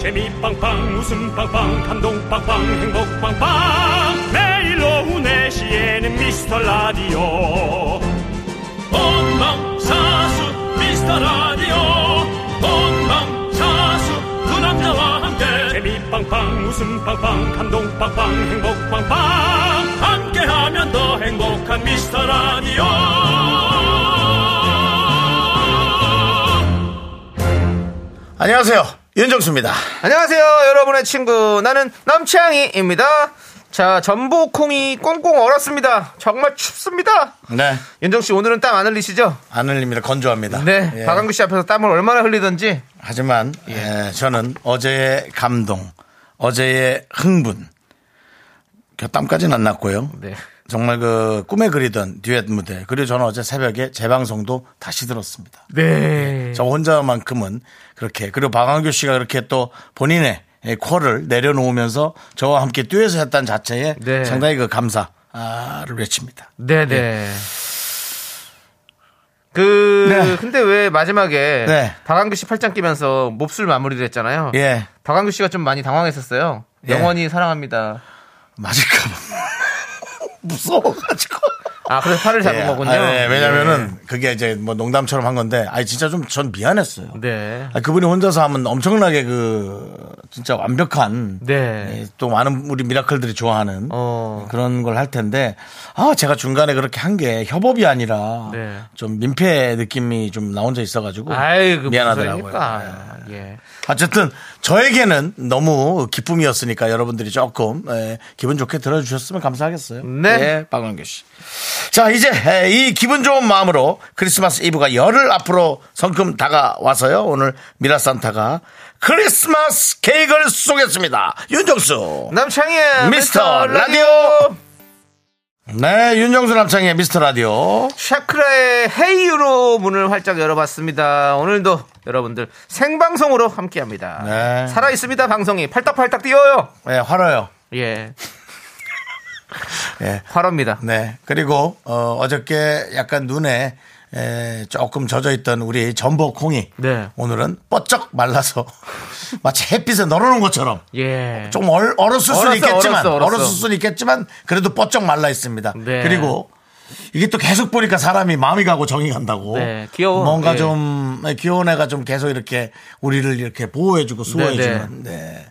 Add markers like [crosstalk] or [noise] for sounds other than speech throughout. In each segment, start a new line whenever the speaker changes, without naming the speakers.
재미 빵빵 웃음 빵빵 감동 빵빵 행복 빵빵 매일 오후 4시에는 미스터 라디오 본방사수 미스터 라디오 본방사수 그 남자와 함께 재미 빵빵 웃음 빵빵 감동 빵빵 행복 빵빵 함께하면 더 행복한 미스터 라디오
안녕하세요. 윤정수입니다.
안녕하세요, 여러분의 친구. 나는 남창희입니다. 자, 전복콩이 꽁꽁 얼었습니다. 정말 춥습니다.
네.
윤정씨, 오늘은 땀 안 흘리시죠?
안 흘립니다. 건조합니다.
네.
예.
박한규 씨 앞에서 땀을 얼마나 흘리던지.
하지만 예, 저는 어제의 감동, 어제의 흥분, 그 곁땀까지는 안 났고요.
네.
정말 그 꿈에 그리던 듀엣 무대 그리고 저는 어제 새벽에 재방송도 다시 들었습니다.
네.
저 혼자만큼은 그렇게 그리고 박완규 씨가 그렇게 또 본인의 예, 코를 내려놓으면서 저와 함께 듀엣을 했다는 자체에
네.
상당히 그 감사를 외칩니다.
네네. 그,
예. 네.
근데 왜 마지막에
네.
박한규 씨 팔짱 끼면서 몹쓸 마무리를 했잖아요.
예,
박한규 씨가 좀 많이 당황했었어요.
예.
영원히 사랑합니다.
맞을까봐 [laughs] 무서워가지고.
아, 그래서 팔을 [laughs] 잡은
예.
거군요. 예.
아, 네, 왜냐면은 그게 이제 뭐 농담처럼 한 건데, 아니 진짜 좀 전 미안했어요.
예. 네.
아, 그분이 혼자서 하면 엄청나게 그 진짜 완벽한
네.
예, 또 많은 우리 미라클들이 좋아하는
어.
그런 걸 할 텐데 아 제가 중간에 그렇게 한 게 협업이 아니라
네.
좀 민폐 느낌이 좀 나 혼자 있어가지고
아이, 그
미안하더라고요.
미안하더라고요. 예.
어쨌든 저에게는 너무 기쁨이었으니까 여러분들이 조금 예, 기분 좋게 들어주셨으면 감사하겠어요.
네.
예, 박원규 씨. 자 이제 예, 이 기분 좋은 마음으로 크리스마스 이브가 열흘 앞으로 성큼 다가와서요. 오늘 미라산타가 크리스마스 케이크를 쏘겠습니다. 윤정수
네. 남창희의
미스터 라디오. 네, 윤정수 남창의 미스터 라디오.
샤크라의 헤이유로 문을 활짝 열어봤습니다. 오늘도 여러분들 생방송으로 함께합니다.
네.
살아있습니다, 방송이. 팔딱팔딱 뛰어요.
예, 화로요.
예.
예.
화로입니다.
네. 그리고 어, 저께 약간 눈에 에, 조금 젖어있던 우리 전복콩이
네.
오늘은 뻗쩍 말라서 [laughs] 마치 햇빛에 널어놓은 것처럼
예.
좀 얼, 얼었을
얼었어,
수는 있겠지만
얼었어, 얼었어.
얼었을 수는 있겠지만 그래도 뻗쩍 말라 있습니다.
네.
그리고 이게 또 계속 보니까 사람이 마음이 가고 정이 간다고.
네, 귀여워.
뭔가
예.
좀 네, 귀여운 애가 좀 계속 이렇게 우리를 이렇게 보호해주고 수호해주는. 네.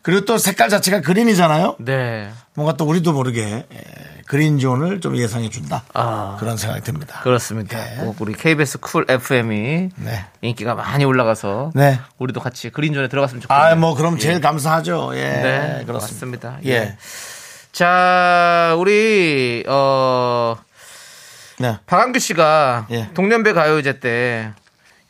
그리고 또 색깔 자체가 그린이잖아요.
네.
뭔가 또 우리도 모르게 에, 그린존을 좀 예상해 준다.
아.
그런 생각이 듭니다.
그렇습니다.
네.
꼭 우리 KBS 쿨 FM이
네.
인기가 많이 올라가서
네.
우리도 같이 그린존에 들어갔으면 좋겠네요.
아, 뭐 그럼 제일 감사하죠. 예.
네,
그렇습니다.
맞습니다.
예.
자, 우리 어
네.
박한규 씨가
예.
동년배 가요제 때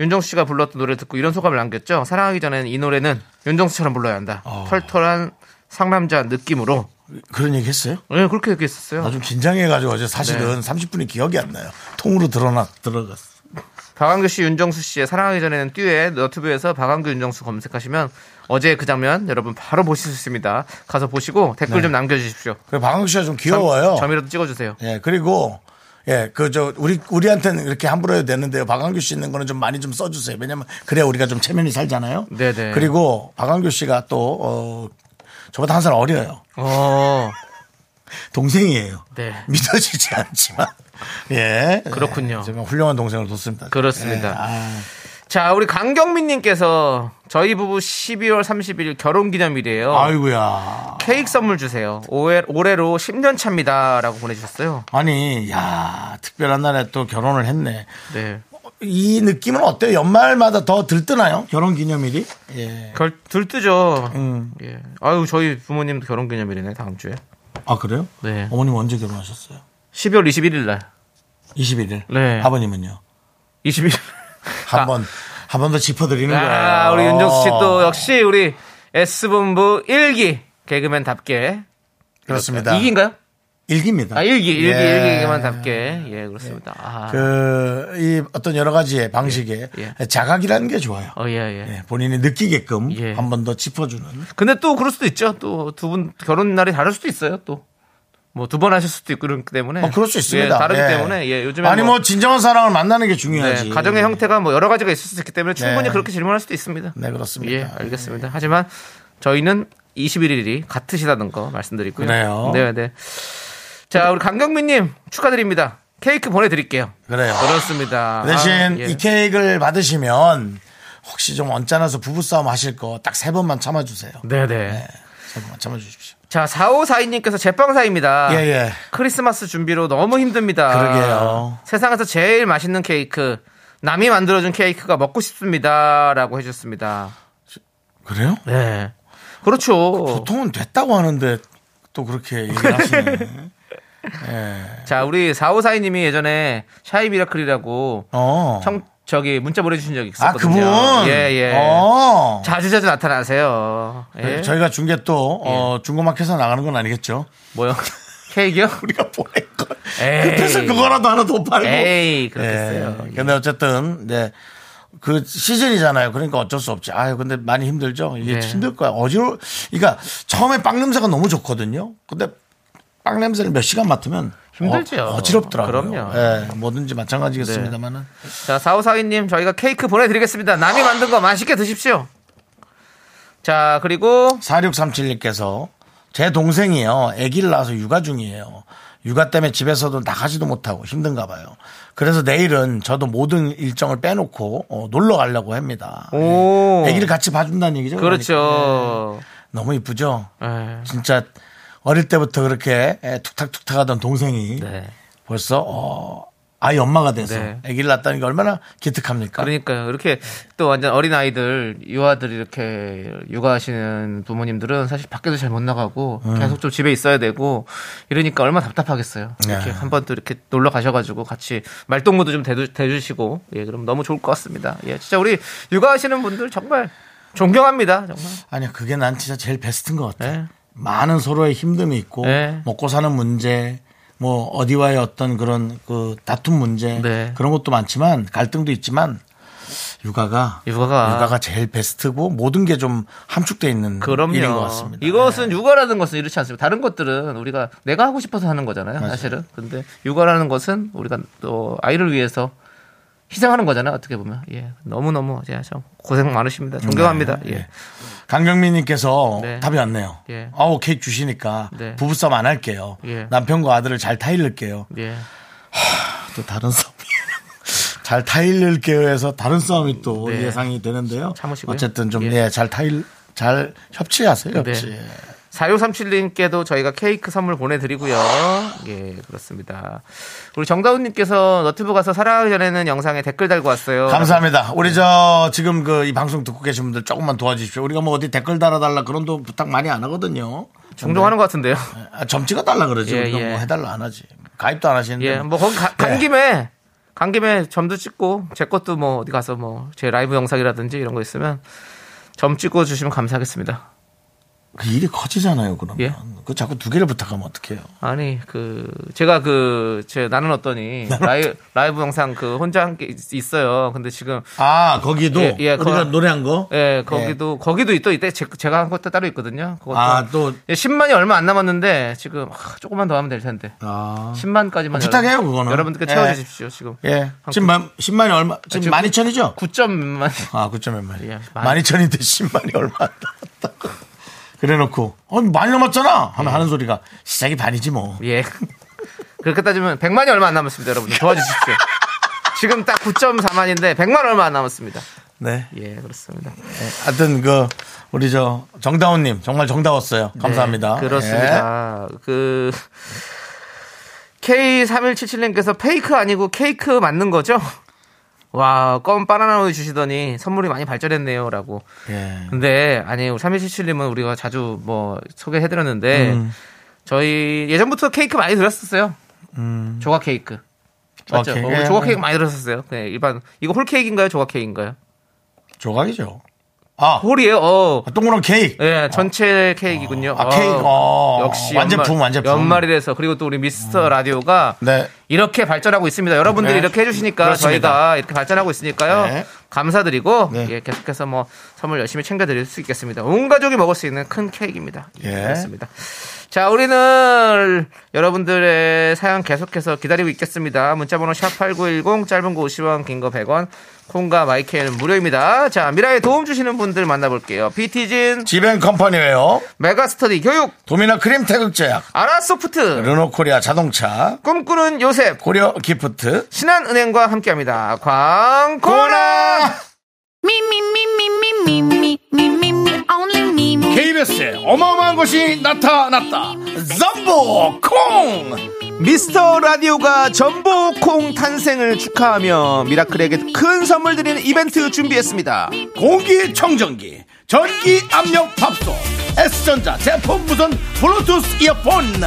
윤정수 씨가 불렀던 노래 를 듣고 이런 소감을 남겼죠. 사랑하기 전엔 이 노래는 윤정수처럼 불러야 한다.
어.
털털한 상남자 느낌으로.
그런 얘기 했어요?
예, 그렇게 얘기했었어요.
나 좀 긴장해가지고 어제 사실은 30분이 기억이 안 나요. 통으로 드러나 들어갔어.
박한규 씨, 윤정수 씨의 사랑하기 전에는 듀엣 너튜브에서 박한규, 윤정수 검색하시면 어제 그 장면 여러분 바로 보실 수 있습니다. 가서 보시고 댓글
네.
좀 남겨주십시오.
그리고 방학 씨가 좀 귀여워요.
점이라도 찍어주세요.
예, 그리고 예, 그 저 우리 우리한테는 이렇게 함부로 해도 되는데요. 박완규 씨 있는 거는 좀 많이 좀 써주세요. 왜냐면 그래야 우리가 좀 체면이 살잖아요.
네네.
그리고 박완규 씨가 또 어, 저보다 한 살 어려요.
어,
동생이에요.
[laughs] 네.
믿어지지 않지만 [laughs] 예
그렇군요.
예, 정말 훌륭한 동생을 뒀습니다.
그렇습니다.
예, 아,
자, 우리 강경민님께서 저희 부부 12월 30일 결혼 기념일이에요.
아이고야.
케이크 선물 주세요. 올해, 올해로 10년 차입니다라고 보내주셨어요.
아니, 야 특별한 날에 또 결혼을 했네.
네.
이 느낌은 어때요? 연말마다 더 들뜨나요? 결혼 기념일이? 예. 음.
결, 들뜨죠. 예. 아유, 저희 부모님도 결혼 기념일이네, 다음 주에.
아, 그래요?
네.
어머님 언제 결혼하셨어요?
12월 21일 날.
21일.
네.
아버님은요?
21일.
한 번, 한 번 더 짚어드리는 거예요.
[laughs] 아, 우리 윤정수 씨 또 역시 우리 S본부 1기 개그맨답게.
그렇습니다.
이기인가요
일기입니다.
아, 1기, 1기,
예.
1기만답게. 예, 그렇습니다. 아.
그, 이 어떤 여러 가지의 방식에
예,
자각이라는 게 좋아요.
어, 예, 예.
예, 본인이 느끼게끔
예.
한 번 더 짚어주는. 뭐
근데 또 그럴 수도 있죠. 또 두 분 결혼 날이 다를 수도 있어요. 또 뭐 두 번 하실 수도 있고 그렇기 때문에
어, 그럴 수 있습니다.
예, 다르기
예.
때문에 예, 요즘에
아니
뭐,
뭐, 진정한 사랑을 만나는 게 중요하지.
네, 가정의 형태가 뭐 여러 가지가 있을 수 있기 때문에 충분히
네.
그렇게 질문할 수도 있습니다.
네, 그렇습니다.
예, 알겠습니다. 하지만 저희는 21일이 같으시다는 거 말씀드리고요.
그래요?
네, 네. 자, 우리 강경민님 축하드립니다. 케이크 보내드릴게요.
그래요.
그렇습니다.
대신
아, 예.
이 케이크를 받으시면 혹시 좀 언짢아서 부부싸움 하실 거 딱 세 번만 참아주세요.
네, 네.
세 번만 참아주십시오.
자, 4542님께서 제빵사입니다.
예, 예.
크리스마스 준비로 너무 힘듭니다.
그러게요.
세상에서 제일 맛있는 케이크. 남이 만들어준 케이크가 먹고 싶습니다. 라고 해주셨습니다.
그래요?
네. 그렇죠.
보통은 됐다고 하는데 또 그렇게 얘기를
[laughs]
하시네.
자, 우리 4542님이 예전에 샤이 미라클이라고
어.
청, 저기 문자 보내주신 적이
아, 그분?
있었거든요. 예, 예.
어. 네,
자주자주 나타나세요. 예.
저희가 중계 또, 어, 중고마켓에서 나가는 건 아니겠죠?
뭐요? [laughs] 케이크요?
우리가 뭐? 보낸 걸.
에이.
급해서 그거라도 하나 더 팔고.
에이, 그렇겠어요.
예. 근데 어쨌든, 네. 그 시즌이잖아요. 그러니까 어쩔 수 없지. 아유, 근데 많이 힘들죠? 이게
네.
힘들 거야. 어지러 그러니까 처음에 빵 냄새가 너무 좋거든요. 근데 빵 냄새를 몇 시간 맡으면
힘들죠.
어, 지럽더라고요
그럼요. 네.
예, 뭐든지 마찬가지겠습니다만은.
자, 4542님, 저희가 케이크 보내드리겠습니다. 남이 만든 거 맛있게 드십시오. 자, 그리고,
4637님께서 제 동생이요. 아기를 낳아서 육아 중이에요. 육아 때문에 집에서도 나가지도 못하고 힘든가 봐요. 그래서 내일은 저도 모든 일정을 빼놓고 어, 놀러 가려고 합니다.
오.
아기를 같이 봐준다는 얘기죠. 그러니까.
그렇죠.
네. 너무 이쁘죠?
네.
진짜 어릴 때부터 그렇게 에, 툭탁툭탁 하던 동생이
네.
벌써 어, 아이 엄마가 돼서
네.
아기를 낳았다는 게 얼마나 기특합니까?
그러니까요. 이렇게 또 완전 어린 아이들, 유아들 이렇게 육아하시는 부모님들은 사실 밖에도 잘 못 나가고
음.
계속 좀 집에 있어야 되고 이러니까 얼마나 답답하겠어요. 이렇게
네.
한번 또 이렇게 놀러 가셔가지고 같이 말동무도 좀 대주, 대주시고 예, 그럼 너무 좋을 것 같습니다. 예, 진짜 우리 육아하시는 분들 정말 존경합니다. 정말.
아니요, 그게 난 진짜 제일 베스트인 것 같아.
네.
요 많은 서로의 힘듦이 있고
네.
먹고 사는 문제, 뭐 어디와의 어떤 그런 그 다툼 문제
네.
그런 것도 많지만 갈등도 있지만 육아가
육아가.
제일 베스트고 모든 게 좀 함축돼 있는
그럼요.
일인 것 같습니다. 네.
이것은 육아라는 것은 이렇지 않습니다. 다른 것들은 우리가 내가 하고 싶어서 하는 거잖아요. 사실은. 근데 육아라는 것은 우리가 또 아이를 위해서 희생하는 거잖아요. 어떻게 보면. 예. 너무너무 제가 참 고생 많으십니다. 존경합니다.
네.
예.
강경민님께서
네.
답이 왔네요.
예.
아우 케이크 주시니까
네.
부부싸움 안 할게요.
예.
남편과 아들을 잘 타일를게요.
예.
또 다른 싸움. [laughs] 잘 타일릴게요 해서 다른 싸움이 또
네.
예상이 되는데요.
참으시고요.
어쨌든 좀,
예.
예, 잘 타일, 잘 협치하세요, 협치.
네. 4637님께도 저희가 케이크 선물 보내드리고요.
아.
예, 그렇습니다. 우리 정다운님께서 너튜브 가서 사랑하기 전에는 영상에 댓글 달고 왔어요.
감사합니다. 우리 저, 지금 그 이 방송 듣고 계신 분들 조금만 도와주십시오. 우리가 뭐 어디 댓글 달아달라 그런 도 부탁 많이 안 하거든요.
중동하는 것 같은데요.
아, 점 찍어달라 그러지.
예,
우리가
예.
뭐 해달라 안 하지. 가입도 안 하시는데.
예, 뭐 거기 가-
네.
간 김에 간 김에 점도 찍고 제 것도 뭐 어디 가서 뭐 제 라이브 영상이라든지 이런 거 있으면 점 찍어 주시면 감사하겠습니다.
그 일이 커지잖아요, 그러면.
예.
그 자꾸 두 개를 부탁하면 어떡해요.
아니 그 제가 그 제
[laughs]
나는 어떠니 라이, 라이브 영상 그 혼자 한 게 있어요. 근데 지금
아, 거기도
예, 예,
우리가
거-
노래한 거?
예 거기도 거기도 또 이때 제, 가한 것도 따로 있거든요. 그것도
아, 또.
예, 10만이 얼마 안 남았는데 지금 아, 조금만 더 하면 될 텐데
아.
10만까지만
아, 부탁해요, 그거는.
여러분께
예.
채워주십시오 지금
예. 지금 만, 10만이 얼마? 지금
아, 지금
12,000이죠?
9.만
아, 9점 몇 마리.
예, 만-
12,000인데 10만이 얼마 안 남았다고. 그래 놓고, 어, 많이 남았잖아! 하면 하는 소리가 시작이 반이지 뭐.
예. [laughs] 그렇게 따지면 100만이 얼마 안 남았습니다, 여러분. 도와주십시오. 지금 딱 9.4만인데 100만 얼마 안 남았습니다.
네.
예, 그렇습니다.
하여튼, 그, 우리 저, 정다운님, 정말 정다웠어요. 감사합니다. 예.
네, 그렇습니다. 그 K3177님께서 페이크 아니고 케이크 맞는 거죠? 와, 껌 바나나 우유 주시더니 선물이 많이 발전했네요라고.
예. 예.
근데 아니 3177님은 우리가 자주 뭐 소개해드렸는데
음.
저희 예전부터 케이크 많이 들었었어요.
음.
조각 케이크.
조각
맞죠?
케이크.
어,
예.
조각 케이크 많이 들었었어요. 네, 일반 이거 홀 케이크인가요? 조각 케이크인가요?
조각이죠. 아,
홀이에요. 어.
동그란 케이크.
예, 전체 케이크군요.
아, 케이크. 어.
역시
완제품, 완제품.
연말이라서 그리고 또 우리 미스터
음.
라디오가
네.
이렇게 발전하고 있습니다. 여러분들이
네.
이렇게 해주시니까
그렇습니다.
저희가 이렇게 발전하고 있으니까요.
네.
감사드리고
네.
예, 계속해서 뭐 선물 열심히 챙겨드릴 수 있겠습니다. 온 가족이 먹을 수 있는 큰 케이크입니다. 예,
예.
그렇습니다. 자, 우리는 여러분들의 사연 계속해서 기다리고 있겠습니다. 문자번호 샵8910, 짧은 거 50원, 긴 거 100원, 콩과 마이크는 무료입니다. 자, 미라에 도움 주시는 분들 만나볼게요. 비티진,
지벤 컴퍼니웨어,
메가스터디 교육,
도미나 크림 태극제약,
아라소프트,
르노코리아 자동차,
꿈꾸는 요셉,
고려 기프트,
신한은행과 함께합니다. 광고라!
Me, me, me, me, me, me, me, me, me, me, only me, me.
KBS에 어마어마한 것이 나타났다. 덤보 콩!
미스터 라디오가 전보콩 탄생을 축하하며 미라클에게 큰 선물 드리는 이벤트 준비했습니다.
공기청정기, 전기 압력 밥솥, S전자 제품 무선 블루투스 이어폰,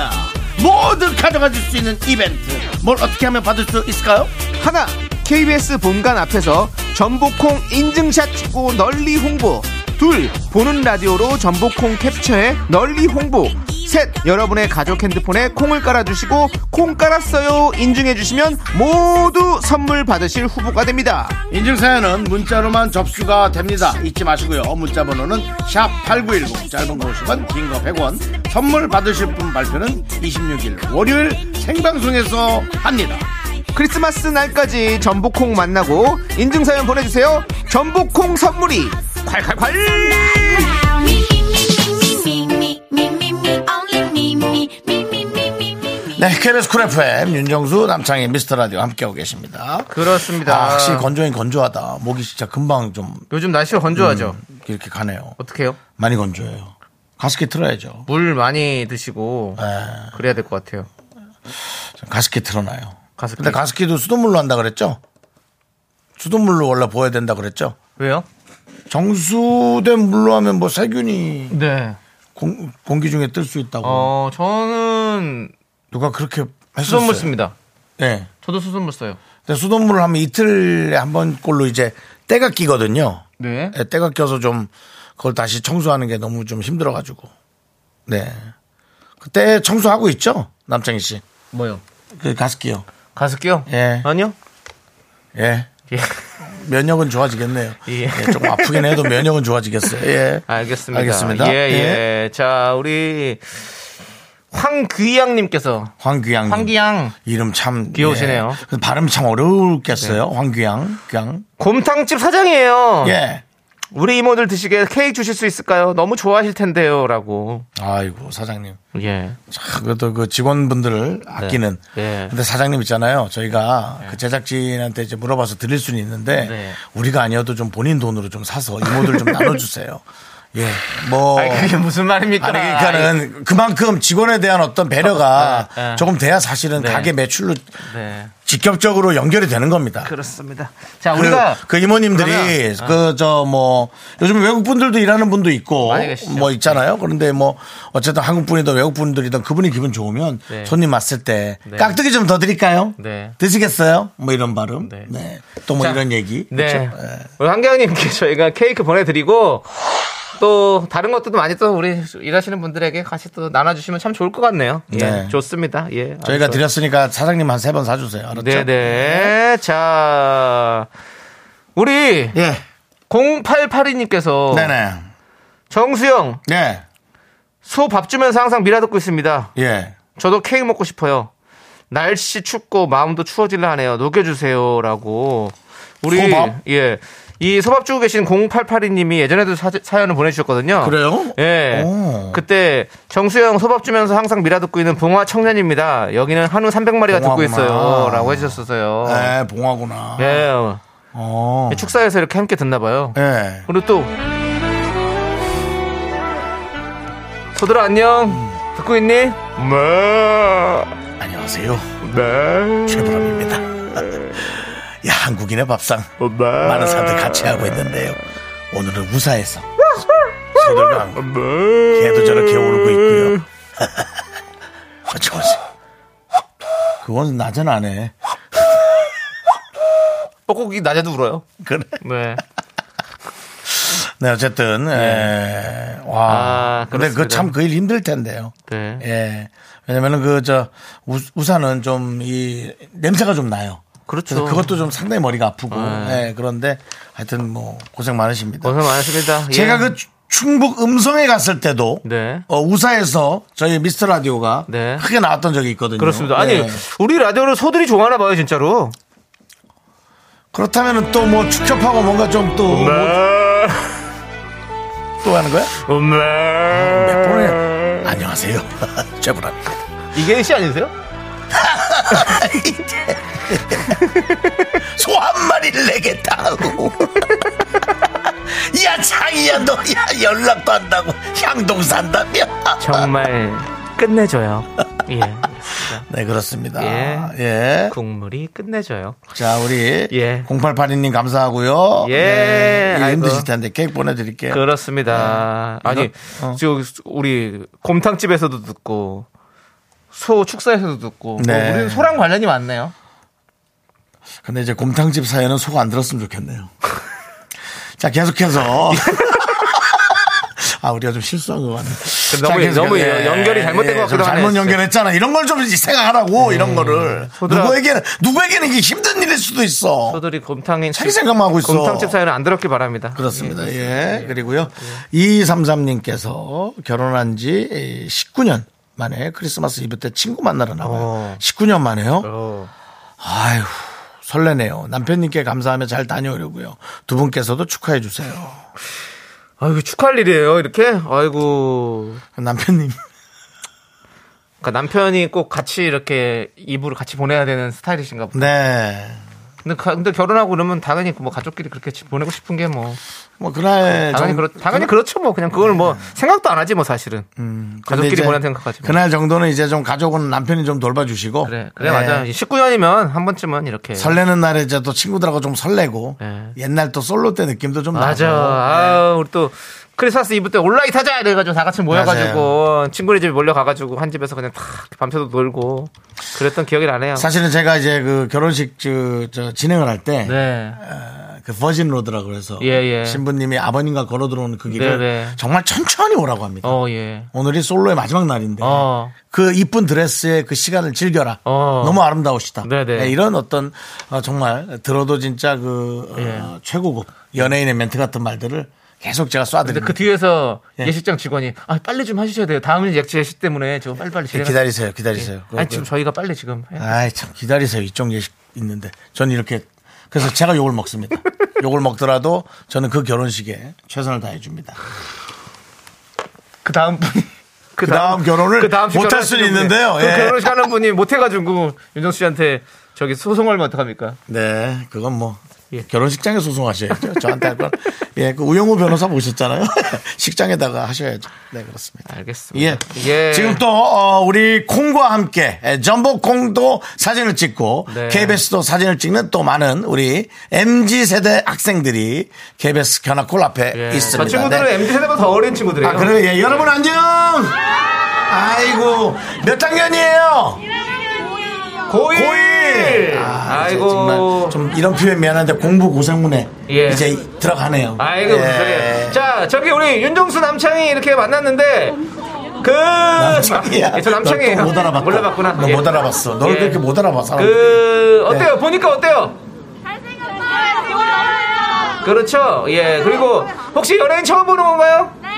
모두 가져가실 수 있는 이벤트. 뭘 어떻게 하면 받을 수 있을까요?
하나, KBS 본관 앞에서 전보콩 인증샷 찍고 널리 홍보. 둘, 보는 라디오로 전보콩 캡처해 널리 홍보. 셋, 여러분의 가족 핸드폰에 콩을 깔아주시고 콩 깔았어요 인증해주시면 모두 선물 받으실 후보가 됩니다.
인증사연은 문자로만 접수가 됩니다. 잊지 마시고요. 문자 번호는 샵 8910, 짧은 거 50원, 긴 거 100원. 선물 받으실 분 발표는 26일 월요일 생방송에서 합니다.
크리스마스 날까지 전복콩 만나고 인증사연 보내주세요. 전복콩 선물이 콸콸콸!
Me, me, me, me, me, me, me, me, me, only me, me, me, me, me, me, me, me.
네, KBS 쿨 FM 윤정수 남창희 미스터 라디오 함께하고 계십니다.
그렇습니다.
아, 확실히 건조긴 건조하다. 목이 진짜 금방 좀
요즘 날씨가 건조하죠.
이렇게 가네요.
어떻게요?
많이 건조해요. 가습기 틀어야죠.
물 많이 드시고
에,
그래야 될 것 같아요.
가습기 틀어놔요.
가습기.
근데 가습기도 수돗물로 한다 그랬죠? 수돗물로 원래 보여야 된다 그랬죠?
왜요?
정수된 물로 하면 뭐 세균이
네.
공, 공기 중에 뜰 수 있다고
어 저는
누가 그렇게 했었어요.
수돗물 씁니다.
네.
저도 수돗물 써요.
근데 수돗물을 하면 이틀에 한 번꼴로 이제 때가 끼거든요.
네.
예, 때가 껴서 좀 그걸 다시 청소하는 게 너무 좀 힘들어가지고. 네. 그때 청소하고 있죠? 남창희 씨.
뭐요?
그 가습기요.
가습기요?
예.
아니요.
예.
예. [laughs]
면역은 좋아지겠네요.
예.
예, 조금 아프긴 해도 면역은 좋아지겠어요. 예.
[laughs] 알겠습니다.
알겠습니다.
예, 예. 자, 우리 황귀양님께서
황귀양.
황귀양
이름 참
귀여우시네요. 네.
예. 발음 참 어려울겠어요. 황귀양, 귀양.
곰탕집 사장이에요.
예.
우리 이모들 드시게 케이크 주실 수 있을까요? 너무 좋아하실 텐데요라고.
아이고 사장님.
예.
참, 그래도 그 직원분들을 아끼는.
네.
근데 사장님 있잖아요. 저희가 그 제작진한테 이제 물어봐서 드릴 수는 있는데
네.
우리가 아니어도 좀 본인 돈으로 좀 사서 이모들
[laughs]
좀 나눠주세요. 예. 뭐.
아니 그게 무슨 말입니까?
아니 그러니까는 그만큼 직원에 대한 어떤 배려가
네, 네.
조금 돼야 사실은
네.
가게 매출로
네. 그렇죠.
직접적으로 연결이 되는 겁니다.
그렇습니다. 자,
그-
아, 우리가
그, 이모님들이
그러면, 어.
그 저 뭐 요즘 외국 분들도 일하는 분도 있고
많이 계시죠. 네.
뭐 있잖아요. 그런데 뭐 어쨌든 한국 분이든 외국 분들이든 그분이 기분 좋으면
네.
손님 왔을 때
네.
깍두기 좀 더 드릴까요?
네.
드시겠어요? 뭐 이런 발음.
네.
네. 또 뭐
자,
이런 얘기.
네.
그렇죠? 예.
우리 한경님께 저희가 케이크 보내드리고 또 다른 것도 많이 또 우리 일하시는 분들에게 같이 또 나눠주시면 참 좋을 것 같네요. 예.
네.
좋습니다. 예.
저희가
아주
드렸으니까 사장님 한 세 번 사주세요. 알았죠?
네네. 자, 우리
예.
0882님께서
네네.
정수영
네.
소 밥 주면서 항상 미라 듣고 있습니다.
예.
저도 케이크 먹고 싶어요. 날씨 춥고 마음도 추워질라 하네요. 녹여주세요라고. 우리
소밥?
예. 이 소밥 주고 계신 0882님이 예전에도 사, 사연을 보내주셨거든요.
그래요?
어. 예.
오.
그때 정수영 소밥 주면서 항상 미라 듣고 있는 봉화 청년입니다. 여기는 한우 300마리가 듣고
봉화구나.
있어요. 라고 해주셨어요.
네, 봉화구나.
예.
어.
축사에서 이렇게 함께 듣나봐요.
예.
그리고 또 소들아 안녕 듣고 있니? 네.
안녕하세요.
네.
최불암입니다. 야, 한국인의 밥상. 많은 사람들 같이 하고 있는데요. 오늘은 우사에서 소들과 함께 개도 저렇게 울고 있고요. [laughs] 어쩌고서 그건 낮엔 안 해.
뻐꾸기 낮에도 울어요.
그래.
네.
네 어쨌든 예. 와.
아,
근데 그
그렇습니다.
참 그 일 힘들 텐데요.
네.
예. 왜냐면은 그 저 우산은 좀 이 냄새가 좀 나요.
그렇죠.
그래서 그것도 좀 상당히 머리가 아프고.
네.
예. 그런데 하여튼 뭐 고생 많으십니다.
고생 많으십니다. 예.
제가 그 충북 음성에 갔을 때도
네.
어, 우사에서 저희 미스터 라디오가
네.
크게 나왔던 적이 있거든요.
그렇습니다. 아니
예.
우리 라디오를 소들이 좋아하나 봐요 진짜로.
그렇다면은 또 뭐 축협하고 뭔가 좀또또
네.
하는 거야? 몇 번에 안녕하세요. [laughs] 최불합니다.
이게 씨 아니세요?
소 한 마리를 내겠다고. [laughs] 야 창이야 너야 연락도 한다고 향동 산다며.
정말 끝내줘요. 예.
[laughs]
그렇습니다.
네 그렇습니다.
예.
예.
국물이 끝내줘요.
자 우리
예.
0882님 감사하고요.
예.
네, 이거
아이고.
힘드실 텐데 케이크 보내드릴게요.
그렇습니다. 아니,
네. 어.
지금 우리 곰탕집에서도 듣고 소 축사에서도 듣고 뭐
네.
우리는 소랑 관련이 많네요.
근데 이제 곰탕집 사연은 속 안 들었으면 좋겠네요. 자,
[laughs]
계속해서. 아, 우리가 좀 실수한 것 같네.
너무-
자, 계속해서. 예,
너무 연결이 잘못된 것
좀
같기도
잘못
하네. 음.
연결했잖아. 이런 걸 좀 생각하라고, 이런 거를.
소들아.
누구에게는, 누구에게는 이게 힘든 일일 수도 있어.
소들이 곰탕인
자기 생각만 하고 있어.
곰탕집 사연을 안 들었길 바랍니다.
그렇습니다. 예. 그리고요. 2233님께서 결혼한 지 19년 만에 크리스마스 이브 때 친구 만나러 나와요.
어.
19년 만에요?
어.
아휴 설레네요. 남편님께 감사하며 잘 다녀오려고요. 두 분께서도 축하해 주세요.
아이고 축하할 일이에요. 이렇게 아이고
남편님 [laughs]
그러니까 남편이 꼭 같이 이렇게 이불을 같이 보내야 되는 스타일이신가 보다.
네.
근데, 가- 근데 결혼하고 그러면 당연히 뭐 가족끼리 그렇게 지- 보내고 싶은 게 뭐
뭐 그날
아, 당연히
정- 네.
그렇 당연히 그렇죠 뭐 그냥 그걸 뭐 생각도 안 하지 뭐 사실은
음, 근데
가족끼리
이제
보내는 생각하지 뭐.
그날 정도는 이제 좀 가족은 남편이 좀 돌봐주시고
그래, 그래
네.
맞아. 19년이면 한 번쯤은 이렇게.
설레는 날에 이제 또 친구들하고 좀 설레고
네.
옛날 또 솔로 때 느낌도 좀
맞아.
나고
아,
네.
우리 또 크리스마스 이브 때 온라인 타자 이래가지고 다 같이 모여가지고 친구네 집에 몰려가가지고 한 집에서 그냥 탁 밤새도 놀고 그랬던 기억이 나네요.
사실은 제가 이제 그 결혼식 저, 저 진행을 할 때
네.
그 버진 로드라고 해서
예, 예.
신부님이 아버님과 걸어 들어오는 그 길을
네, 네.
정말 천천히 오라고 합니다.
어, 예.
오늘이 솔로의 마지막 날인데
어.
그 이쁜 드레스에 그 시간을 즐겨라.
어.
너무 아름다우시다.
네네.
네, 이런 어떤 어, 정말 들어도 진짜 그 어,
예.
최고급 연예인의 멘트 같은 말들을 계속 제가 쏴드립니다.
근데 그 뒤에서
예.
예. 식장 직원이 아, 빨리 좀 해주셔야 돼요. 다음 일 예시 때문에 지금 빨리빨리 진행.
예, 기다리세요, 기다리세요. 그
아니 지금 저희가 빨리 지금 예. 해.
아이 참 기다리세요. 이쪽 예식 있는데 전 이렇게 그래서 제가 욕을
[laughs]
먹습니다. 욕을 먹더라도 저는 그 결혼식에 최선을 다해 줍니다.
그 다음 분이 그
다음 결혼을 못할
결혼하시는
수는
분이,
있는데요.
그
예.
결혼식 하는 분이 못해가지고 윤정수 씨한테 저기 소송하면 어떡합니까?
네, 그건 뭐
예.
결혼식장에 소송하셔야죠. 저한테 할 건. 예, 그 우영우 변호사 보셨잖아요. [laughs] 식장에다가 하셔야죠. 네, 그렇습니다. 예.
알겠습니다. 예.
지금 또 어, 우리 콩과 함께 예, 전복콩도 사진을 찍고
네.
KBS도 사진을 찍는 또 많은 우리 MZ 세대 학생들이 KBS 견학골 앞에
예.
있습니다.
저 친구들은
네.
MZ 세대보다 더 어린 친구들이에요.
아, 그래요. 예, 여러분 안녕. 아이고 몇 학년이에요?
고일.
고일!
아,
이제
이고
정말 좀 이런 표현 미안한데 공부 고생문에
예.
이제 들어가네요. 예.
아이고 무슨 소리야. 자 저기 우리 윤종수 남창이 이렇게 만났는데 그
남창이야.
예, 저 남창이에요.
널또못 알아봤다.
몰라봤구나.
너
예.
못 알아봤어. 널
예.
그렇게 못 알아봐. 네. 사람들이.
그 어때요? 보니까 어때요? 그렇죠. 예. 그리고 혹시 연예인 처음 보는 건가요? [laughs] 네.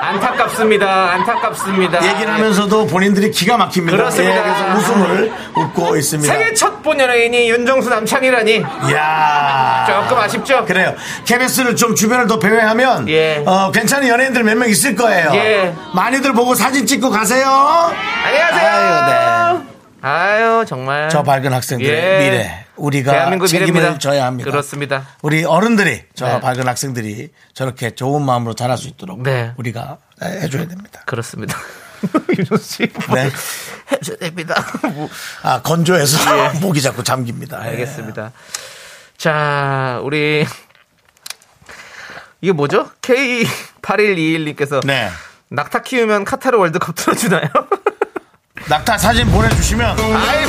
안타깝습니다. 안타깝습니다.
얘기를 하면서도 본인들이 기가 막힙니다.
그 그렇습니다.
예, 그래서 웃음을 웃고 있습니다.
생애 예. 첫 본 연예인이 윤종수 남창이라니
이야.
조금 아쉽죠?
그래요. KBS를 좀 주변을 더 배회하면
예.
어, 괜찮은 연예인들 몇 명 있을 거예요.
예.
많이들 보고 사진 찍고 가세요.
안녕하세요.
아유, 네.
아유, 정말
저 밝은 학생들의
예.
미래 우리가
대한민국
책임을
미래입니다.
져야 합니다.
그렇습니다.
우리 어른들이 저
네.
밝은 학생들이 저렇게 좋은 마음으로 자랄 수 있도록
네.
우리가 해줘야 됩니다. [laughs]
그렇습니다. 윤종수 [laughs] 씨.
네.
해줘야 됩니다. 뭐.
아 건조해서 [laughs] 목이 자꾸 잠깁니다. 예.
알겠습니다. 자, 우리 이게 뭐죠? K8121님께서
네.
낙타 키우면 카타르 월드컵
[laughs]
틀어주나요?
낙타 사진 보내주시면
아이,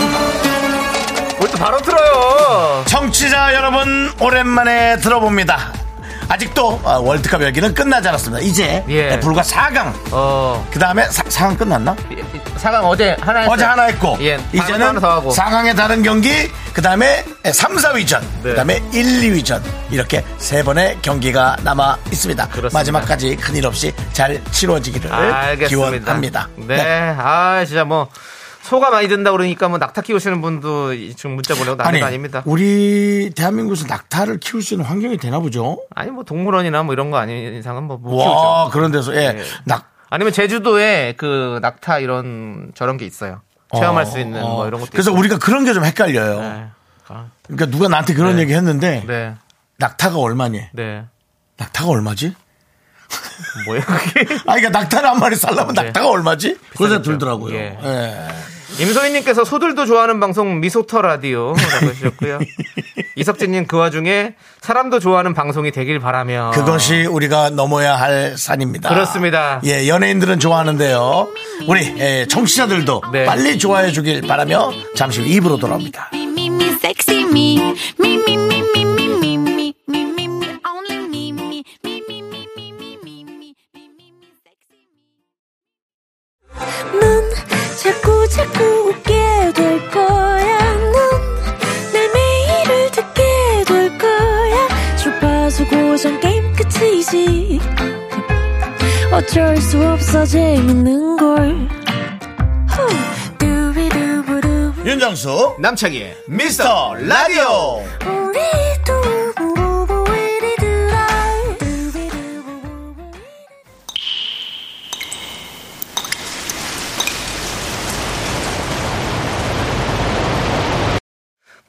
뭘또 바로 틀어요.
청취자 여러분 오랜만에 들어봅니다. 아직도 어, 월드컵 열기는 끝나지 않았습니다. 이제
예.
네, 불과 4강.
어.
그 다음에 4강 끝났나?
사강 어제 하나 했어요.
어제 하나 했고
예. 다음에 또
이제는
하나 더 하고.
4강의 다른 경기 그다음에 3, 4위전
네.
그다음에 1, 2위전 이렇게 세 번의 경기가 남아 있습니다.
그렇습니다.
마지막까지 큰일 없이 잘 치러지기를
알겠습니다.
기원합니다.
네. 아, 진짜 뭐 소가 많이 든다 그러니까 뭐 낙타 키우시는 분도 지금 문자 보내고 난리가
아니,
아닙니다.
우리 대한민국에서 낙타를 키울 수 있는 환경이 되나 보죠?
아니 뭐 동물원이나 뭐 이런 거 아닌 이상은 뭐못
와,
키우죠.
그런 데서 예.
예.
낙
아니면 제주도에 그 낙타 이런 저런 게 있어요. 체험할 수 있는
어,
뭐 이런 것도
그래서 뭐-
있고.
우리가 그런 게 좀 헷갈려요.
네. 아,
그러니까 누가 나한테 그런 얘기 했는데
네.
낙타가 얼마니?
네.
낙타가 얼마지?
뭐예요, 그게? [laughs]
아, 그러니까 낙타를 한 마리 살려면
네.
낙타가 얼마지? 그래서
비싸겠죠.
들더라고요.
예.
예.
임소희님께서 소들도 좋아하는 방송 미소터 라디오라고
[laughs]
해주셨고요. 이석진님 그 와중에 사람도 좋아하는 방송이 되길 바라며.
그것이 우리가 넘어야 할 산입니다.
아. 그렇습니다.
예, 연예인들은 좋아하는데요. 우리 예, 청취자들도
네.
빨리 좋아해 주길 바라며 잠시 후 입으로 돌아옵니다.
me, me, sexy me. Me, me, me, me, me, me, me, me, me, me, only me, me, me, me, me, me, me, me, me, me, me, me, sexy me. 넌 자꾸, 자꾸 웃게 될 거야. 넌내 매일을 듣게 될 거야. 주파수 고정 게임 끝이지. 어쩔 수 없어 재밌는 걸. 후. 두비두부두.
윤정수
남창희의
미스터 라디오.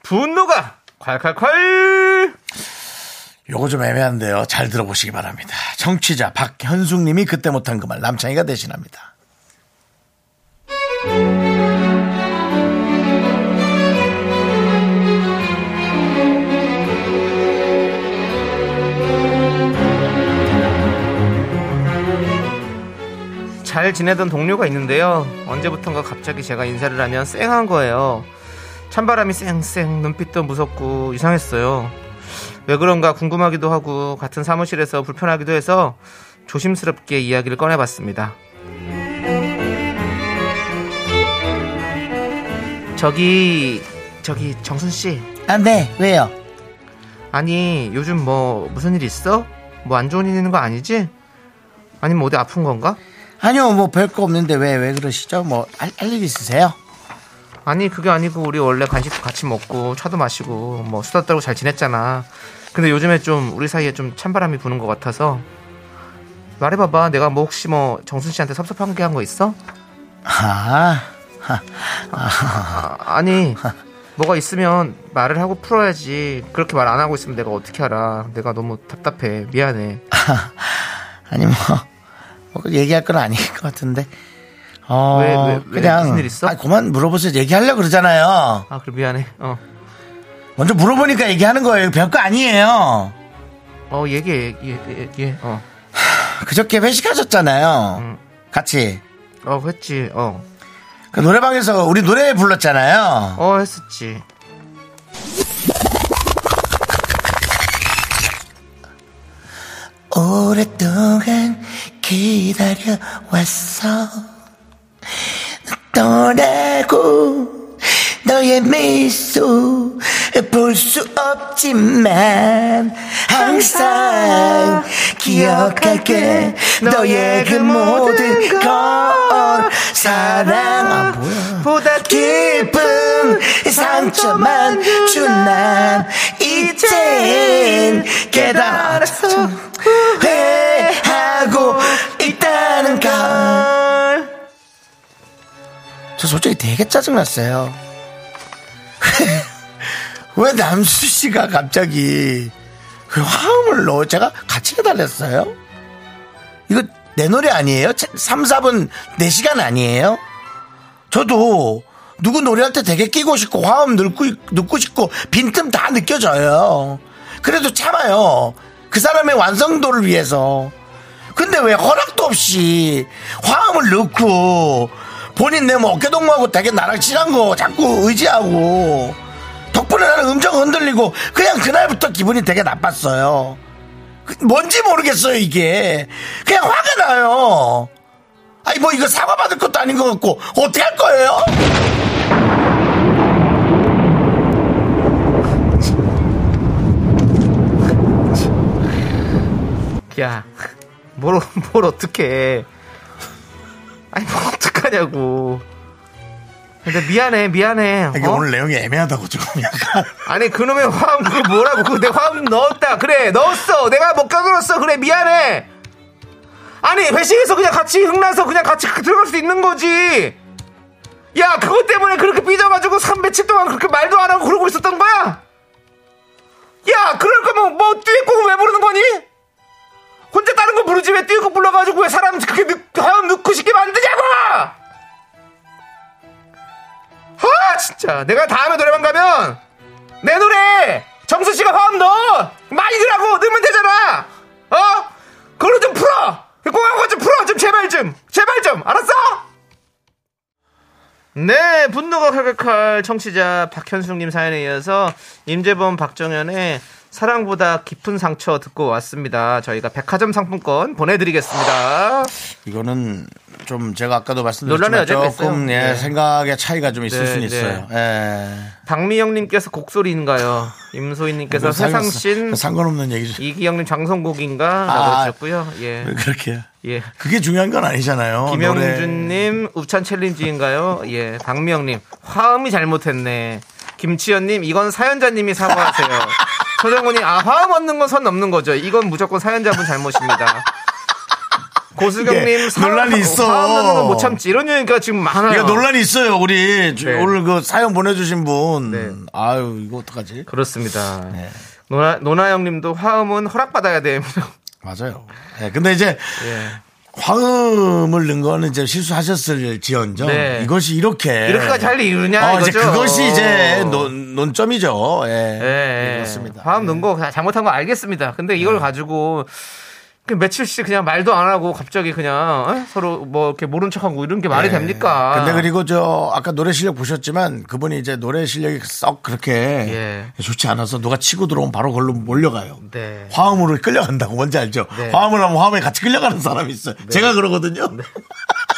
분노가 콸콸콸!
요거 좀 애매한데요. 잘 들어보시기 바랍니다. 청취자 박현숙님이 그때 못한 그 말 남창희가 대신합니다.
잘 지내던 동료가 있는데요. 언제부턴가 갑자기 제가 인사를 하면 쌩한 거예요. 찬바람이 쌩쌩 눈빛도 무섭고 이상했어요. 왜 그런가 궁금하기도 하고 같은 사무실에서 불편하기도 해서 조심스럽게 이야기를 꺼내봤습니다. 저기 저기 정순 씨
아, 네. 왜요?
아니 요즘 뭐 무슨 일 있어? 뭐 안 좋은 일 있는 거 아니지? 아니면 어디 아픈 건가?
아니요, 뭐 별거 없는데 왜 왜 그러시죠? 뭐 할 일 있으세요?
아니 그게 아니고 우리 원래 간식도 같이 먹고 차도 마시고 뭐 수다 떨고 잘 지냈잖아. 근데 요즘에 좀 우리 사이에 좀 찬바람이 부는 것 같아서 말해봐봐. 내가 뭐 혹시 뭐 정순 씨한테 섭섭한 게 한 거 있어?
아,
아, 아니 뭐가 있으면 말을 하고 풀어야지. 그렇게 말 안 하고 있으면 내가 어떻게 알아? 내가 너무 답답해. 미안해.
아니 뭐, 뭐 얘기할 건 아닐 것 같은데. 어,
왜, 왜, 왜?
그냥
무슨 일 있어?
아니, 그만 물어보세요. 얘기하려 고 그러잖아요.
아 그래 미안해. 어.
먼저 물어보니까 얘기하는 거예요. 별거 아니에요.
어 얘기해 얘기해 얘기해. 어.
그저께 회식하셨잖아요.
음.
같이
어 했지. 어.
그 노래방에서 우리 노래 불렀잖아요.
어 했었지.
오랫동안 기다려왔어 떠나고 너의 미소 볼 수 없지만 항상 기억할게 너의 그 모든 걸 사랑 아 뭐야
보다
깊은 상처만 준 난 이젠 깨달았어 회하고 있다는 걸 저 솔직히 되게 짜증났어요 [laughs] 왜 남수 씨가 갑자기 그 화음을 넣어 제가 같이 해달랬어요 이거 내 노래 아니에요? 3, 4분 4시간 아니에요? 저도 누구 노래할 때 되게 끼고 싶고 화음 넣고, 넣고 싶고 빈틈 다 느껴져요. 그래도 참아요. 그 사람의 완성도를 위해서. 근데 왜 허락도 없이 화음을 넣고 본인 내뭐 어깨동무하고 되게 나랑 친한 거 자꾸 의지하고 덕분에 나는 음정 흔들리고 그냥 그날부터 기분이 되게 나빴어요. 그 뭔지 모르겠어요 이게 그냥 화가 나요 아니 뭐 이거 사과 받을 것도 아닌 것 같고 어떻게 할 거예요?
야, 뭘, 뭘 어떻게 아니, 뭐 어떡하냐고. 근데 미안해, 미안해.
이게
어?
오늘 내용이 애매하다고 조금 약간
아니, 그놈의 화음, 그거 뭐라고. 그내 화음 넣었다. 그래, 넣었어. 내가 못 가들었어. 그래, 미안해. 아니, 회식에서 그냥 같이 흥나서 그냥 같이 들어갈 수 있는 거지. 야, 그것 때문에 그렇게 삐져가지고 300칠 동안 그렇게 말도 안 하고 그러고 있었던 거야? 야, 그럴 거면 뭐 듀엣곡은 왜 부르는 거니? 혼자 다른 거 부르지 왜 듀엣곡 불러가지고 왜 사람 그렇게 늦, 화음 넣고 싶게 만드냐고! 아, 진짜. 내가 다음에 노래방 가면 내 노래 정수 씨가 화음 넣어 많이 들라고 넣으면 되잖아 어 그걸로 좀 풀어 꼬하고 좀 풀어 좀 제발 좀 제발 좀 알았어 네 분노가 칼칼칼 청취자 박현숙님 사연에 이어서 임재범 박정현의 사랑보다 깊은 상처 듣고 왔습니다 저희가 백화점 상품권 보내드리겠습니다
이거는 좀 제가 아까도 말씀드렸지만
논란의 여지가
조금
있어요.
예,
네.
생각의 차이가 좀 있을
네,
수는
네.
있어요. 예.
박미영님께서 곡소리인가요 임소희님께서 회상신
뭐 상관없는 얘기죠.
이기영님 장성곡인가라고
아.
하셨고요 예
왜 [laughs] 그렇게
예.
그게 중요한 건 아니잖아요. 노래.
어, 김영준님 우찬 챌린지인가요? 예. 박미영님 화음이 잘못했네. 김치현님 이건
[laughs]
사연자님이 사과하세요. 서정훈님 아 화음 얻는 건 선 넘는 거죠. 이건 무조건 사연자분 잘못입니다.
이게
고수경님 사-
논란이 있어.
화음 얻는 건 못 참지. 이런 얘기가 지금 많아요.
이게 논란이 있어요. 우리 저-
네.
오늘 그 사연 보내주신 분.
네.
아유 이거 어떡하지?
그렇습니다.
네.
노나 노나영님도 화음은 허락받아야 됩니다.
맞아요. 예, 근데 이제
예.
화음을 넣은 거는 이제 실수하셨을 지언정
네.
이것이 이렇게
이렇게까지 할 이유냐
어, 이제
이거죠. 어.
그것이 이제 논, 논점이죠. 예.
예,
그렇습니다. 네.
화음 넣은 거 잘못한 거 알겠습니다. 근데 이걸 가지고 그 며칠씩 그냥 말도 안 하고 갑자기 그냥 어? 서로 뭐 이렇게 모른 척하고 이런 게 말이
네.
됩니까?
근데 그리고 저 아까 노래 실력 보셨지만 그분이 이제 노래 실력이 썩 그렇게 좋지 않아서 누가 치고 들어오면 바로 걸로 몰려가요.
예. 네.
화음으로 끌려간다고 뭔지 알죠?
네.
화음을 하면 화음에 같이 끌려가는 사람이 있어요. 제가 그러거든요.